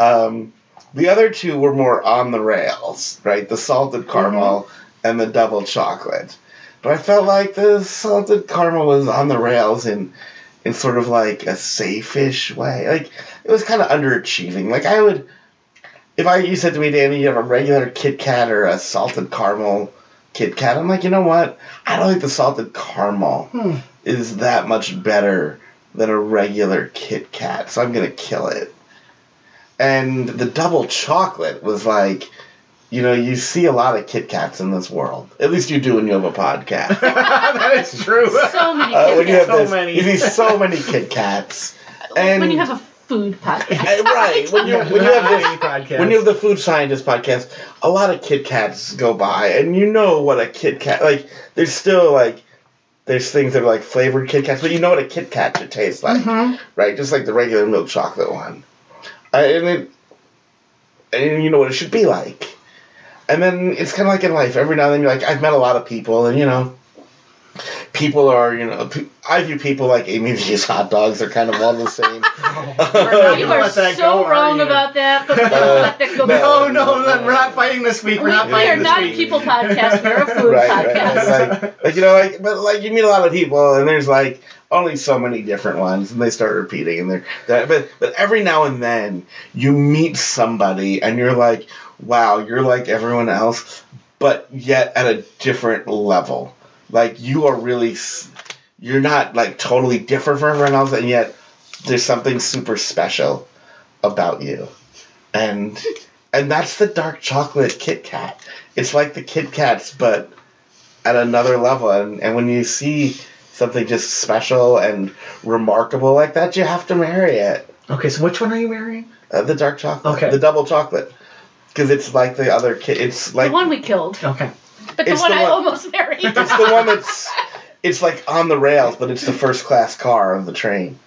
S1: Um the other two were more on the rails, right? The salted caramel
S2: Mm-hmm.
S1: and the double chocolate. But I felt like the salted caramel was on the rails in in sort of like a safe-ish way. Like it was kind of underachieving. Like I would, if I you said to me, Danny, you have a regular Kit Kat or a salted caramel Kit Kat. I'm like, you know what? I don't think the salted caramel
S2: Hmm.
S1: is that much better than a regular Kit Kat, so I'm gonna kill it. And the double chocolate was like. You know, you see a lot of Kit Kats in this world. At least you do when you have a podcast.
S2: that is true.
S3: So many
S1: Uh,
S3: Kit
S1: when you have
S3: Kats.
S2: So
S1: this,
S2: many.
S1: you see so many Kit Kats. And
S3: when you have a food podcast.
S1: Uh, right when you when you have this
S2: podcast.
S1: when you have the food scientist podcast, a lot of Kit Kats go by, and you know what a Kit Kat like. There's still like there's things that are like flavored Kit Kats, but you know what a Kit Kat should taste like, right? Just like the regular milk chocolate one, I, and it and you know what it should be like. And then it's kind of like in life. Every now and then you're like, I've met a lot of people, and you know. People are, you know, pe- I view people like Amy views hot dogs. They're kind of all the same.
S2: not
S3: You
S2: gonna
S3: are
S2: let that
S3: so
S2: go, are
S3: wrong
S2: you?
S3: about that, but we're gonna
S1: Uh,
S3: let that go.
S2: No, no, no, we're not fighting this week.
S3: we,
S2: We're not
S3: we are
S2: fighting
S3: not a
S2: this week.
S3: people podcast. We're a food
S1: right,
S3: podcast.
S1: right, right. Like, like you know, like but like you meet a lot of people, and there's like only so many different ones, and they start repeating, and they're that. But but every now and then you meet somebody, and you're like, wow, you're like everyone else, but yet at a different level. Like you are really, s- you're not like totally different from everyone else, and yet there's something super special about you, and. And that's the dark chocolate Kit Kat. It's like the Kit Kats, but at another level. And, and when you see something just special and remarkable like that, you have to marry it.
S2: Okay, so which one are you marrying?
S1: Uh, the dark chocolate,
S2: Okay.
S1: the double chocolate, because it's like the other kid. It's
S3: The
S1: like
S3: one we killed,
S2: Okay.
S3: but the
S1: It's
S3: one
S1: the
S3: I
S1: one-
S3: almost married.
S1: it's the one that's It's like on the rails, but it's the first class car of the train.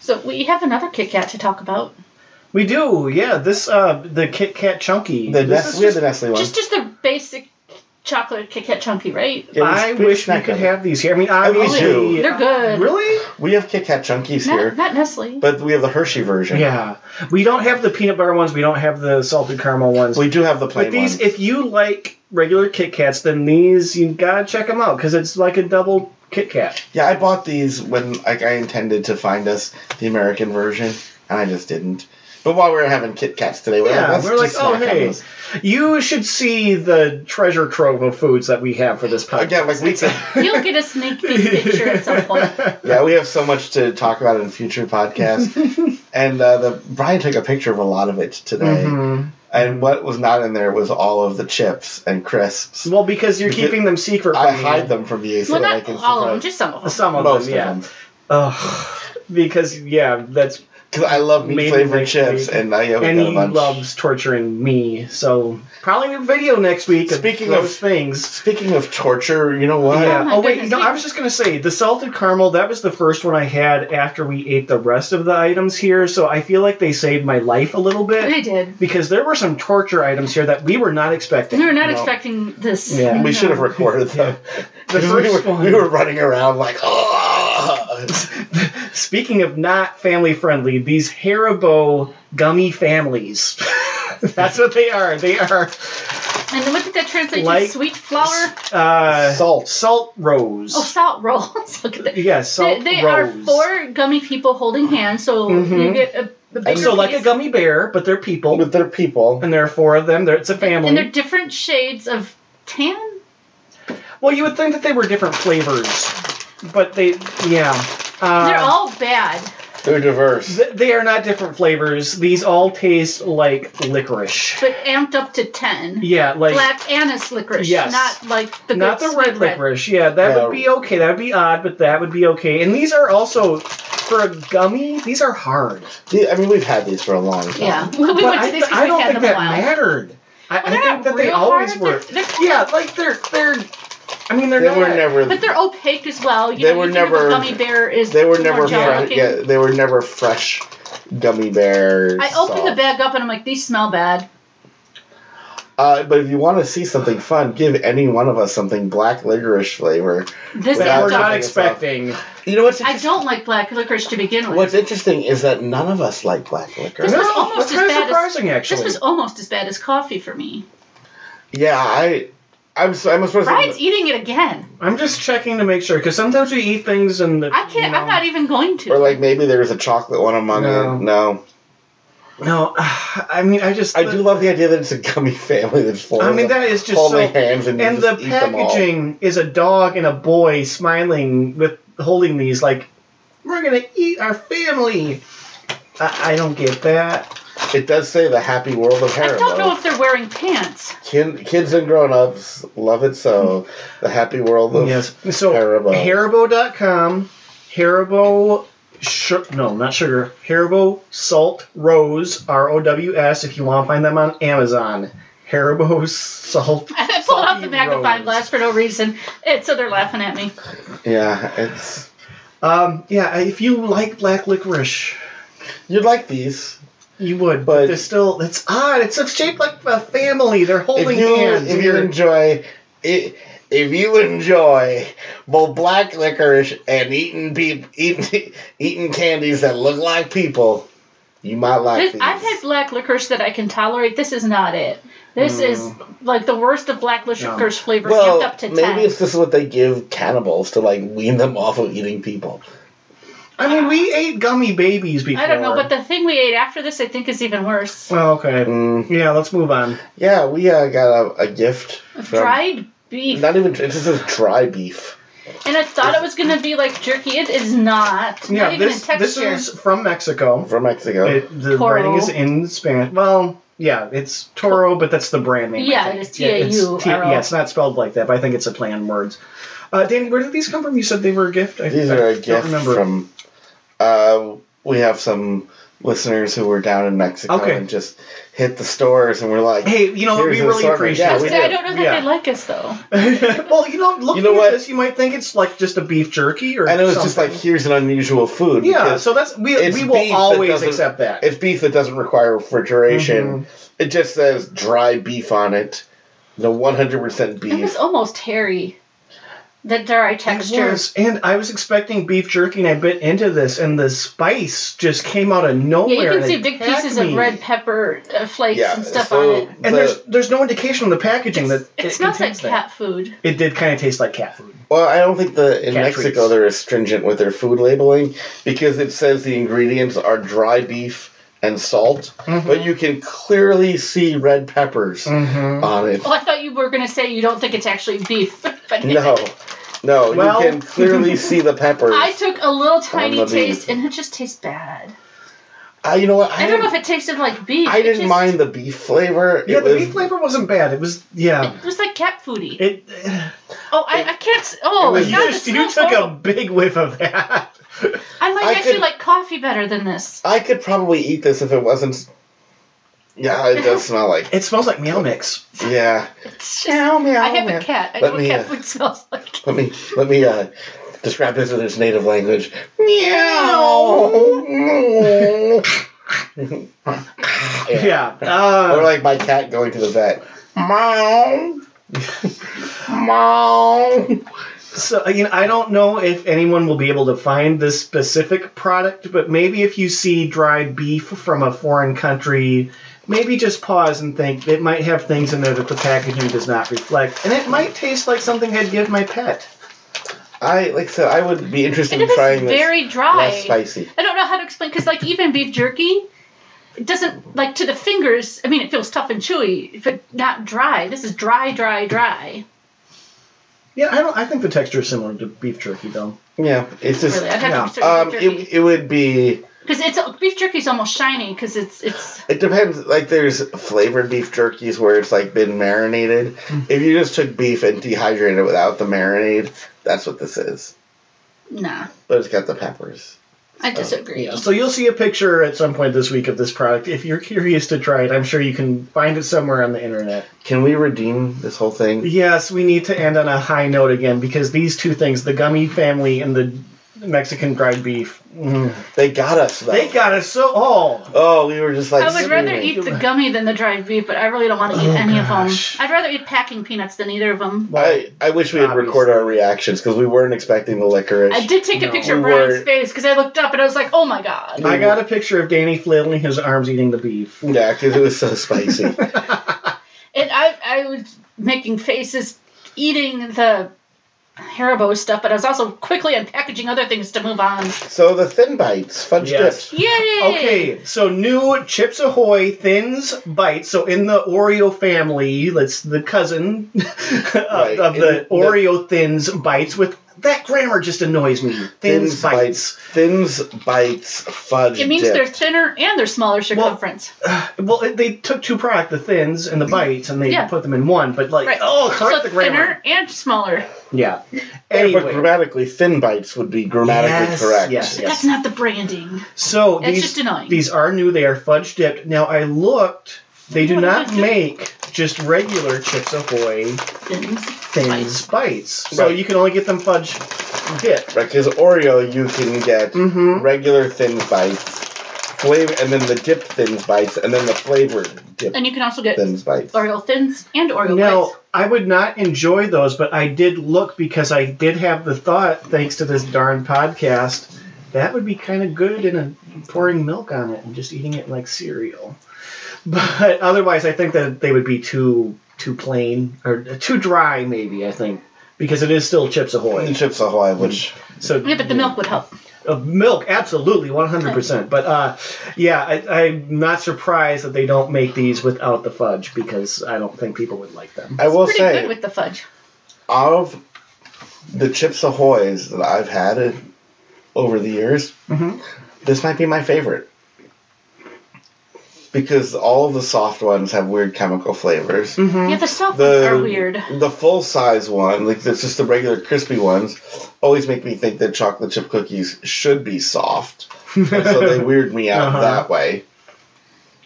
S3: So we have another Kit Kat to talk about.
S2: We do, yeah. This uh, the Kit Kat Chunky.
S1: The
S2: This
S1: Nest,
S2: is
S1: we had the Nestle one.
S3: Just just the basic chocolate Kit Kat chunky, right?
S1: Yeah,
S2: I
S1: it's- it's
S2: wish we
S1: snack Oh,
S2: could
S1: on it.
S2: have these here. I mean,
S1: we
S2: obviously,
S1: do.
S3: They're good.
S2: Really?
S1: We have Kit Kat Chunkies here,
S3: Not, not Nestle.
S1: but we have the Hershey version.
S2: Yeah. We don't have the peanut butter ones. We don't have the salted caramel ones.
S1: We do have the plain
S2: but these,
S1: one.
S2: if you like regular Kit Kats, then these you gotta check them out because it's like a double Kit Kat.
S1: Yeah, I bought these when like I intended to find us the American version, and I just didn't. But while we were having Kit Kats today, we're
S2: Yeah,
S1: like, Let's
S2: we're like,
S1: just
S2: oh
S1: snack on
S2: hey,
S1: those.
S2: you should see the treasure trove of foods that we have for this podcast.
S1: Again, like we said,
S3: You'll get a sneak peek picture at some point.
S1: yeah, we have so much to talk about in future podcasts, and uh, the Brian took a picture of a lot of it today,
S2: Mhm.
S1: and what was not in there was all of the chips and crisps.
S2: Well, because you're
S1: You
S2: keeping them secret.
S1: I
S2: from
S1: hide
S2: you.
S1: them from you so
S3: well,
S1: that I
S3: not
S1: can
S3: all of them,
S1: surprise-
S3: just some of them.
S2: Some of
S1: most
S2: them, yeah.
S1: of them
S2: Ugh. Because yeah, that's
S1: because I love meat
S2: Maybe
S1: flavored
S2: next
S1: chips,
S2: week.
S1: and I have
S2: and
S1: Oh, got a
S2: he
S1: bunch.
S2: loves torturing me. So probably a video next week.
S1: Speaking
S2: Speaking of those
S1: of-
S2: things.
S1: Speaking of torture, you know what?
S2: Yeah.
S3: my
S2: Oh, wait.
S3: goodness,
S2: No,
S3: we-
S2: I was just gonna say the salted caramel. That was the first one I had after we ate the rest of the items here. So I feel like they saved my life a little bit
S3: They did.
S2: because there were some torture items here that we were not expecting.
S3: We were not
S1: No.
S3: expecting this.
S2: Yeah.
S1: We should have
S3: No.
S1: recorded them.
S2: The
S1: Because we,
S2: first
S1: were,
S2: one.
S1: we were running around like, oh.
S3: Mm.
S2: Speaking of not family friendly, these Haribo gummy families. That's what they are. They are
S3: And then what did that translate
S2: Like-
S3: to? Sweet flour?
S2: uh,
S1: Salt.
S2: salt rose.
S3: Oh, salt rolls. Look at that.
S2: Yes,
S3: They,
S2: salt
S3: they are
S2: rose.
S3: four gummy people holding hands, so you
S1: Mm-hmm.
S2: Mhm.
S3: get a, a bigger
S1: And
S2: So like a
S3: piece.
S2: gummy bear, but they're people,
S1: With their people.
S2: and there are four of them. They're, it's a family.
S3: And they're different shades of tan?
S2: well, you would think that they were different flavors, but they, yeah, uh,
S3: They're all bad.
S1: They're diverse.
S2: th- they are not different flavors. These all taste like licorice.
S3: but amped up to 10.
S2: Yeah, like
S3: Black anise licorice,
S2: Yes.
S3: not like the good
S2: not the
S3: sweet
S2: red licorice. Yeah, that
S1: Yeah.
S2: would be okay. That would be odd, but that would be okay. And these are also for a gummy. These are hard.
S1: The- I mean, we've had these for a long time.
S3: Yeah, we, we
S2: but
S3: went
S2: I,
S3: to these
S2: th- I
S3: because
S2: don't
S3: we had
S2: think
S3: them a
S2: that
S3: while.
S2: mattered. I,
S3: Well, they're
S2: I think
S3: not
S2: that they
S3: real
S2: always
S3: hard.
S2: were.
S3: They're- they're-
S2: Yeah, like they're they're. I mean,
S1: They
S2: they're not.
S1: were never.
S3: But they're opaque as well. You
S1: They
S3: know,
S1: were
S3: you think of a
S1: never-
S3: Gummy bear is
S1: They were
S3: more
S1: never.
S3: jelly
S1: Fresh,
S3: looking.
S1: yeah, they were never fresh gummy bears.
S3: I opened
S1: salt.
S3: the bag up and I'm like, these smell bad.
S1: Uh, but if you want to see something fun, give any one of us something black licorice flavor.
S3: This
S1: Without
S2: we're
S3: is
S2: not
S1: something is up.
S2: expecting.
S1: You know what's
S3: I
S1: interesting?
S3: don't like black licorice to begin with.
S1: What's interesting is that none of us like black licorice.
S3: This was
S2: No,
S3: almost
S2: that's
S3: as
S2: kinda
S3: bad as-
S2: surprising, actually.
S3: This was almost as bad as coffee for me.
S1: Yeah, I. I'm. So, I'm supposed
S3: Brian's
S1: to.
S3: eating it again.
S2: I'm just checking to make sure because sometimes we eat things and the,
S3: I can't.
S2: you know-
S3: I'm not even going to.
S1: Or like maybe there was a chocolate one among
S2: No.
S1: it. No.
S2: No, I mean I just
S1: I do love the idea that it's a gummy family that's full.
S2: I
S1: of
S2: mean
S1: them.
S2: that is just
S1: Holding
S2: so.
S1: hands and, you
S2: And the
S1: just eat them all.
S2: packaging is a dog and a boy smiling with holding these like we're gonna eat our family. I, I don't get that.
S1: It does say the happy world of
S3: I
S1: Haribo.
S3: don't know if they're wearing pants.
S1: Kin- kids and grown-ups love it so. The happy world of
S2: yes. So
S1: Haribo.
S2: Haribo.com, Haribo. Su- no, not sugar. Haribo Salt Rose R O W S. If you want to find them on Amazon, Haribo Salt.
S3: I pulled out the
S2: Salty
S3: magnifying
S2: rose.
S3: glass for no reason, and so they're laughing at me.
S1: yeah, it's
S2: Um, yeah, if you like black licorice,
S1: you'd like these.
S2: you would, but,
S1: But-
S2: they're still. It's odd. It's shaped like a family. They're
S1: if
S2: holding
S1: you
S2: hands.
S1: if you
S2: Weird.
S1: enjoy it. If you enjoy both black licorice and eating peop eating eating candies that look like people, you might like
S3: This,
S1: these.
S3: I've had black licorice that I can tolerate. This is not it. This is
S2: Mm.
S3: like the worst of black licorice flavor
S1: well,
S3: amped up to
S1: maybe
S3: ten.
S1: it's just what they give cannibals to like wean them off of eating people.
S2: I mean, we ate gummy babies before.
S3: I don't know, but the thing we ate after this, I think, is even worse.
S2: Oh, okay.
S1: Mm.
S2: Yeah, let's move on.
S1: Yeah, we uh, got a, a gift. From,
S3: Dried beef,
S1: Not even. It just says dry beef.
S3: and I thought it was gonna be like jerky. It is not. not
S2: Yeah,
S3: even
S2: this
S3: in texture.
S2: this is from Mexico.
S1: From Mexico.
S2: It, the
S3: Toro.
S2: writing is in Spanish. Well, yeah, it's Toro, but that's the brand name. I
S3: Yeah,
S2: think.
S3: it is
S2: Yeah, it's
S3: T-A-U-R-O.
S2: T- Yeah, it's not spelled like that, but I think it's a play on words. Uh, Danny, where did these come from? You said they were a gift. I,
S1: These
S2: I
S1: are a
S2: don't
S1: gift
S2: remember.
S1: from. Uh, we have some listeners who were down in Mexico
S2: Okay.
S1: and just hit the stores and were like,
S2: Hey, you know,
S1: Here's
S2: we
S1: an
S2: really
S1: assortment.
S2: appreciate
S1: Yeah,
S2: it.
S1: we
S3: I
S1: do.
S3: don't know that
S2: Yeah.
S3: they like us though.
S2: well, you know, looking
S1: know
S2: at
S1: what?
S2: this, you might think it's like just a beef jerky or
S1: and it was just like,
S2: something.
S1: here's an unusual food.
S2: yeah.
S1: because
S2: So that's we
S1: it's
S2: we
S1: beef
S2: will
S1: that
S2: always
S1: doesn't-
S2: accept that.
S1: it's beef that doesn't require refrigeration.
S2: Mm-hmm.
S1: It just says dry beef on it. The 100%
S3: It was
S1: beef.
S3: almost hairy. The dry texture.
S2: It was, and I was expecting beef jerky, and I bit into this, and the spice just came out of nowhere.
S3: Yeah, you can
S2: and
S3: see
S2: it
S3: big
S2: packed
S3: pieces
S2: me.
S3: of red pepper uh, flakes
S1: Yeah.
S3: and stuff
S1: so
S3: on it.
S2: And
S1: the-
S2: there's there's no indication on the packaging that
S3: It smells like
S2: contains that.
S3: cat food.
S2: It did kind of taste like cat food.
S1: Well, I don't think the in
S2: Cat
S1: Mexico
S2: treats.
S1: they're as stringent with their food labeling because it says the ingredients are dry beef and salt,
S2: Mm-hmm.
S1: but you can clearly see red peppers
S2: Mm-hmm.
S1: on it.
S3: Oh, I thought you were going to say you don't think it's actually beef. But
S1: No, no,
S2: Well-
S1: you can clearly see the peppers.
S3: I took a little
S1: the
S3: tiny
S1: beef.
S3: taste and it just tastes bad.
S1: I, you know what?
S3: I don't know
S1: didn't-
S3: if it tasted like beef.
S1: I
S3: It
S1: didn't
S3: just-
S1: mind the beef flavor.
S2: Yeah,
S1: It
S2: the
S1: was-
S2: beef flavor wasn't bad. It was yeah.
S3: It was like cat foody.
S2: It,
S3: oh, I, I can't. s- Oh,
S1: it
S3: my
S1: was-
S3: God,
S2: you,
S3: it
S2: just, you
S3: smells
S2: took a
S3: horrible.
S2: big whiff of that.
S3: I might
S1: I
S3: actually
S1: could-
S3: like coffee better than this.
S1: I could probably eat this if it wasn't. Yeah, it does smell like.
S2: It smells like meal mix.
S1: Yeah,
S3: It's just,
S1: Meow, meow,
S3: I have
S1: meow.
S3: a cat. I
S1: Let
S3: know what
S1: me,
S3: cat
S1: uh,
S3: food smells like.
S1: let me let me uh, describe this in its native language. Meow. yeah.
S2: Yeah. Uh,
S1: Or like my cat going to the vet. Meow. Meow.
S2: So you know, I don't know if anyone will be able to find this specific product, but maybe if you see dried beef from a foreign country, maybe just pause and think it might have things in there that the packaging does not reflect, and it might taste like something I'd give my pet.
S1: I like I said I would be interested
S3: And
S1: in
S3: it was
S1: trying this
S3: very dry.
S1: less spicy.
S3: I don't know how to explain because like even beef jerky, it doesn't like to the fingers. I mean, it feels tough and chewy, but not dry. This is dry, dry, dry.
S2: Yeah, I don't. I think the texture is similar to beef jerky, though.
S1: Yeah, it's just
S3: Really, I'd have
S2: yeah.
S3: to
S1: um,
S3: search beef
S1: it,
S3: jerky
S1: it would be
S3: because it's beef jerky is almost shiny because it's it's
S1: It depends. Like, there's flavored beef jerkies where it's like been marinated.
S2: Hmm.
S1: If you just took beef and dehydrated it without the marinade, that's what this is.
S3: nah.
S1: But it's got the peppers.
S2: Oh,
S3: I disagree.
S2: So you'll see a picture at some point this week of this product. If you're curious to try it, I'm sure you can find it somewhere on the internet.
S1: Can we redeem this whole thing?
S2: Yes, we need to end on a high note again because these two things, the gummy family and the Mexican dried beef, mm,
S1: They got us though.
S2: they got us so all.
S1: oh, we were just like.
S3: I would rather
S1: screaming.
S3: eat the gummy than the dried beef, but I really don't want to eat any
S2: Oh, gosh.
S3: of them. I'd rather eat packing peanuts than either of them.
S1: I, I wish we had recorded
S2: Obviously.
S1: our reactions because we weren't expecting the licorice.
S3: I did take
S2: No.
S3: a picture of
S1: We
S3: Brian's
S1: were-
S3: face because I looked up and I was like, oh my god.
S2: I got a picture of Danny flailing his arms eating the beef.
S1: Yeah, because it was so spicy.
S3: And I, I was making faces eating the Haribo stuff, but I was also quickly unpackaging other things to move on.
S1: so the thin bites, fudge
S2: Yes.
S1: dips.
S3: Yay!
S2: Okay, so new Chips Ahoy Thins Bites. So in the Oreo family, that's the cousin of,
S1: Right,
S2: of the
S1: and the-
S2: Oreo Thins Bites. With that grammar just annoys me. Thins, bites.
S1: Thins bites fudge
S3: It means
S1: dip.
S3: they're thinner and they're smaller circumference.
S2: Well, it- they took two product, the thins and the bites, and they
S3: Yeah.
S2: put them in one. But like,
S3: right.
S2: oh, correct
S3: so
S2: the grammar.
S3: thinner and smaller.
S2: Yeah.
S1: But
S2: Anyway.
S1: grammatically, thin bites would be grammatically
S2: Yes,
S1: correct.
S2: yes, yes.
S3: That's not the branding.
S2: So
S3: That's
S2: these
S3: just annoying.
S2: these are new. They are fudge dipped. Now I looked. They do
S3: What
S2: not
S3: fudge dip?
S2: make just regular Chips Ahoy
S3: Thins.
S2: thins bites. So
S1: Right.
S2: you can only get them fudge dipped.
S1: Right, because Oreo you can get
S3: Mm-hmm.
S2: Mhm.
S1: regular thin bites, flavor, and then the dipped thin bites, and then the flavored dipped
S3: And you can also get
S1: thin bites.
S3: Oreo thins and Oreo
S2: Now
S3: bites.
S2: I would not enjoy those, but I did look because I did have the thought, thanks to this darn podcast, that would be kind of good in a pouring milk on it and just eating it like cereal. But otherwise, I think that they would be too too plain or too dry, maybe. I think because it is still Chips
S1: And
S2: Ahoy.
S1: Chips Ahoy, which
S2: So
S3: Yeah, but the milk would help.
S2: Of milk, absolutely, 100%. But uh, yeah, I, I'm not surprised that they don't make these without the fudge because I don't think people would like them.
S1: I will
S3: Pretty good
S1: say,
S3: with the fudge.
S1: of the Chips Ahoy's that I've had it, over the years,
S2: Mhm.
S1: this might be my favorite. Because all of the soft ones have weird chemical flavors.
S2: Hmm?
S3: Yeah, the soft ones
S1: the
S3: are weird.
S1: The full size one, like that's just the regular crispy ones, always make me think that chocolate chip cookies should be soft. And so they weird me out
S2: Uh-huh.
S1: that way.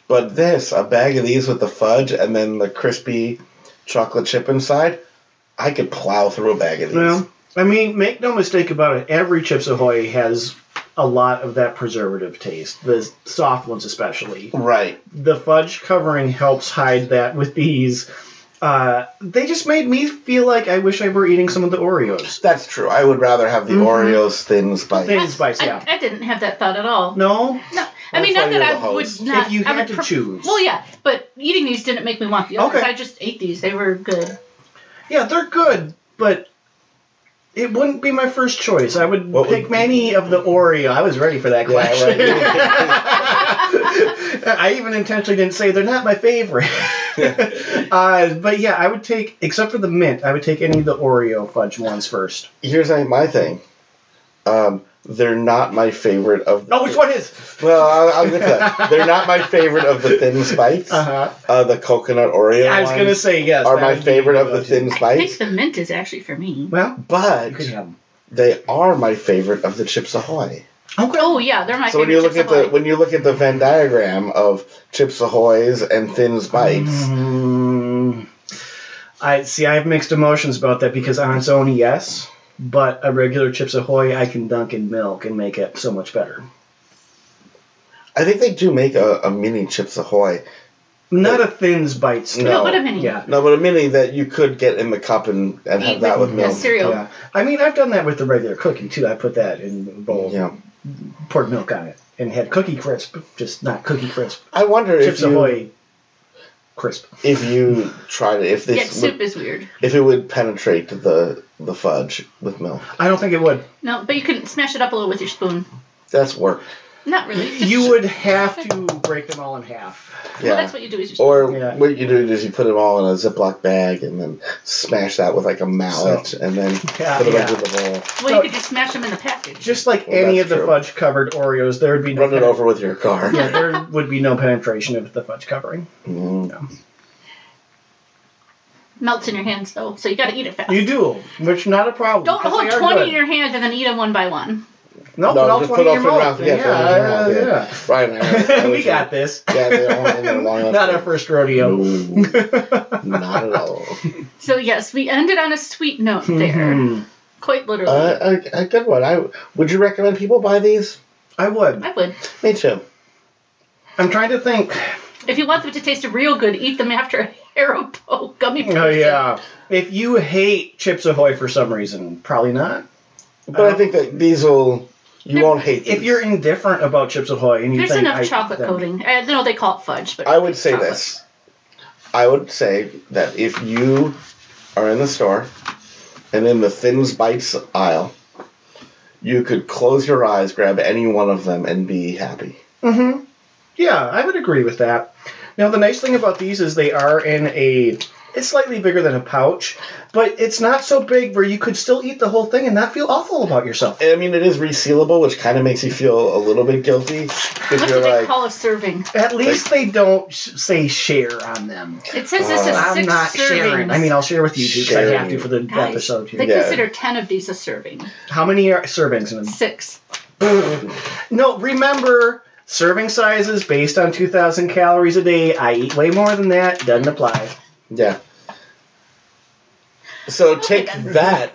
S1: But this, a bag of these with the fudge and then the crispy chocolate chip inside, I could plow through a bag of these.
S2: Well, I mean, make no mistake about it. Every Chips Ahoy has a lot of that preservative taste, the soft ones especially.
S1: Right.
S2: The fudge covering helps hide that with these. Uh, they just made me feel like I wish I were eating some of the Oreos.
S1: That's true. I would rather have the
S3: Mm-hmm.
S2: Mhm.
S1: Oreos thin spice.
S2: Thin spice,
S3: I,
S2: yeah.
S3: I didn't have that thought at all.
S2: No?
S3: No, I mean
S1: That's why
S3: not that
S1: you're the
S3: I
S1: host.
S3: would not.
S2: If you
S3: I
S2: had
S3: would
S2: to
S3: pref-
S2: choose.
S3: Well, yeah, but eating these didn't make me want the others.
S2: Okay.
S3: I just ate these; they were good.
S2: Yeah, they're good, but it wouldn't be my first choice. I would
S1: What
S2: pick
S1: would-
S2: many of the Oreo. I was ready for that
S1: Yeah,
S2: question.
S3: right.
S2: I even intentionally didn't say they're not my favorite. uh, but yeah, I would take, except for the mint, I would take any of the Oreo fudge ones first.
S1: Here's my- my thing. Um, they're not my favorite of.
S2: Oh, which one is?
S1: Well, I'll, I'll get to that. They're not my favorite of the thin spikes.
S2: Uh huh.
S1: Uh, the coconut Oreo.
S2: I was
S1: ones
S2: going to say yes.
S1: are
S2: that
S1: my
S2: would be
S1: favorite of the
S2: go-to.
S1: thin
S3: I think
S1: spikes,
S3: the mint is actually for me.
S2: Well, you
S1: but
S2: can have them.
S1: they are my favorite of the Chips Ahoy.
S2: Okay.
S3: Oh yeah, they're my
S1: so when
S3: favorite.
S1: you look at
S3: Chips
S1: the
S3: Ahoy.
S1: when you look at the Venn diagram of Chips Ahoy's and Thin Spikes,
S2: Mm-hmm. Mm, I see. I have mixed emotions about that because on its own, yes, but a regular Chips Ahoy, I can dunk in milk and make it so much better.
S1: I think they do make a, a mini Chips Ahoy.
S2: Not a thins bite stuff.
S3: no,
S1: no.
S3: what a mini.
S2: Yeah.
S1: No, but a mini that you could get in the cup and, and have
S3: Eat
S1: that with
S3: with yeah,
S1: milk.
S3: cereal.
S2: Yeah. I mean, I've done that with the regular cookie too. I put that in a bowl,
S1: Yeah,
S2: poured milk on it, and had cookie crisp, just not cookie crisp.
S1: I wonder
S2: Chips
S1: if you
S2: Ahoy crisp.
S1: if you tried it if
S3: Yeah,
S1: this
S3: soup
S1: would,
S3: is weird.
S1: if it would penetrate the the fudge with milk.
S2: I don't think it would.
S3: No, but you can smash it up a little with your spoon.
S1: That's work.
S3: Not really. Just-
S2: You would have to break them all in half.
S1: Yeah.
S3: Well, that's what you do is you
S1: Or
S2: Yeah.
S1: what you do is you put them all in a Ziploc bag and then smash that with like a mallet and then
S2: Yeah,
S1: put it
S2: yeah.
S1: over the bowl.
S3: well, you could just smash them in the package.
S2: Just like
S1: Well,
S2: any
S1: that's
S2: of the
S1: true.
S2: fudge covered Oreos, there would be no
S1: Run it over with your car.
S2: Yeah, there would be no penetration of the fudge covering.
S1: Mm.
S3: Melts in your hands though, so you got to eat it fast.
S2: You do, which not a problem.
S3: Don't
S2: 'cause they
S3: hold
S2: are
S3: twenty
S2: good.
S3: in your hands and then eat them one by one.
S2: No,
S1: No,
S2: put all
S1: just
S2: twenty
S1: put all
S2: Oh, in
S1: twenty
S2: your
S1: mouth. Yeah, put
S2: mouth.
S1: all twenty in your
S2: yeah,
S1: mouth, Right.
S2: yeah. we got this.
S1: Yeah, they're all in there long enough.
S2: Not our first rodeo.
S1: No, not at all.
S3: So yes, we ended on a sweet note there,
S2: Mhm.
S3: quite literally.
S1: Mm-hmm. Uh, a, a good one. I would you recommend people buy these?
S2: I would.
S3: I would.
S1: Me too.
S2: I'm trying to think.
S3: If you want them to taste real good, eat them after a Haribo gummy.
S2: Oh
S3: person.
S2: yeah. If you hate Chips Ahoy for some reason, probably not.
S1: But I think that these will. You won't hate these.
S2: Uh, If you're indifferent about Chips Ahoy and you
S3: There's
S2: think
S3: enough
S2: I-
S3: chocolate
S2: then-
S3: coating. I know they call it fudge, but
S1: I would say
S3: chocolate.
S1: this. I would say that if you are in the store and in the thins bites aisle, you could close your eyes, grab any one of them, and be happy.
S2: hmm Yeah, I would agree with that. Now, the nice thing about these is they are in a. It's slightly bigger than a pouch, but it's not so big where you could still eat the whole thing and not feel awful about yourself.
S1: I mean, it is resealable, which kind of makes you feel a little bit guilty because
S3: What
S1: you're
S3: do they
S1: like,
S3: call a serving?
S2: At least they don't sh- say share on them.
S3: It says this
S1: Uh,
S3: is 6
S2: I'm not sharing.
S3: servings.
S2: I mean, I'll share with you too 'cause I have to for the
S3: Guys,
S2: episode here.
S3: They
S1: Yeah.
S3: consider ten of these a serving.
S2: How many are servings in
S3: Six.
S2: No, remember serving sizes based on 2,000 calories a day. I eat way more than that. Doesn't apply.
S1: yeah. So take
S3: God.
S1: that,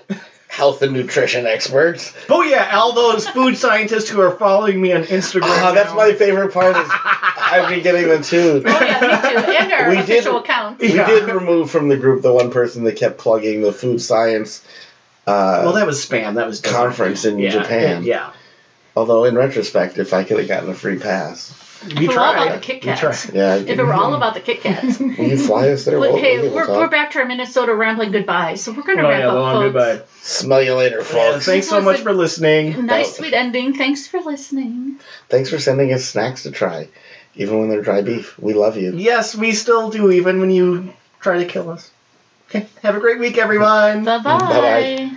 S1: health and nutrition experts.
S2: Oh yeah, all those food scientists who are following me on Instagram.
S1: Ah, that's
S2: now.
S1: my favorite part. Is I've been getting them too.
S3: Oh yeah, me too. And our
S1: We
S3: official
S1: did-
S3: account.
S1: We
S2: Yeah.
S1: did remove from the group the one person that kept plugging the food science uh,
S2: Well, that was spam. That was dumb.
S1: conference in
S2: Yeah,
S1: Japan.
S2: Yeah,
S1: Although, in retrospect, if I could have gotten a free pass,
S2: we
S3: We're all
S2: tried.
S3: about the Kit
S2: We
S3: Kats.
S2: tried.
S1: yeah,
S3: If it were all about the Kit Kats.
S1: will you fly us there?
S3: But
S1: We'll-
S3: hey,
S1: we'll
S3: we're,
S1: talk.
S3: we're back to our Minnesota rambling goodbye, so we're going to
S2: Oh
S3: wrap
S2: yeah,
S3: up,
S2: long
S3: folks.
S2: goodbye.
S1: Smell you later,
S2: Yeah,
S1: folks.
S2: thanks so much for listening.
S3: Nice,
S1: That-
S3: sweet ending. Thanks for listening.
S1: Thanks for sending us snacks to try, even when they're dry beef. We love you.
S2: Yes, we still do, even when you try to kill us. Okay, have a great week, everyone.
S3: Bye-bye.
S1: Bye-bye.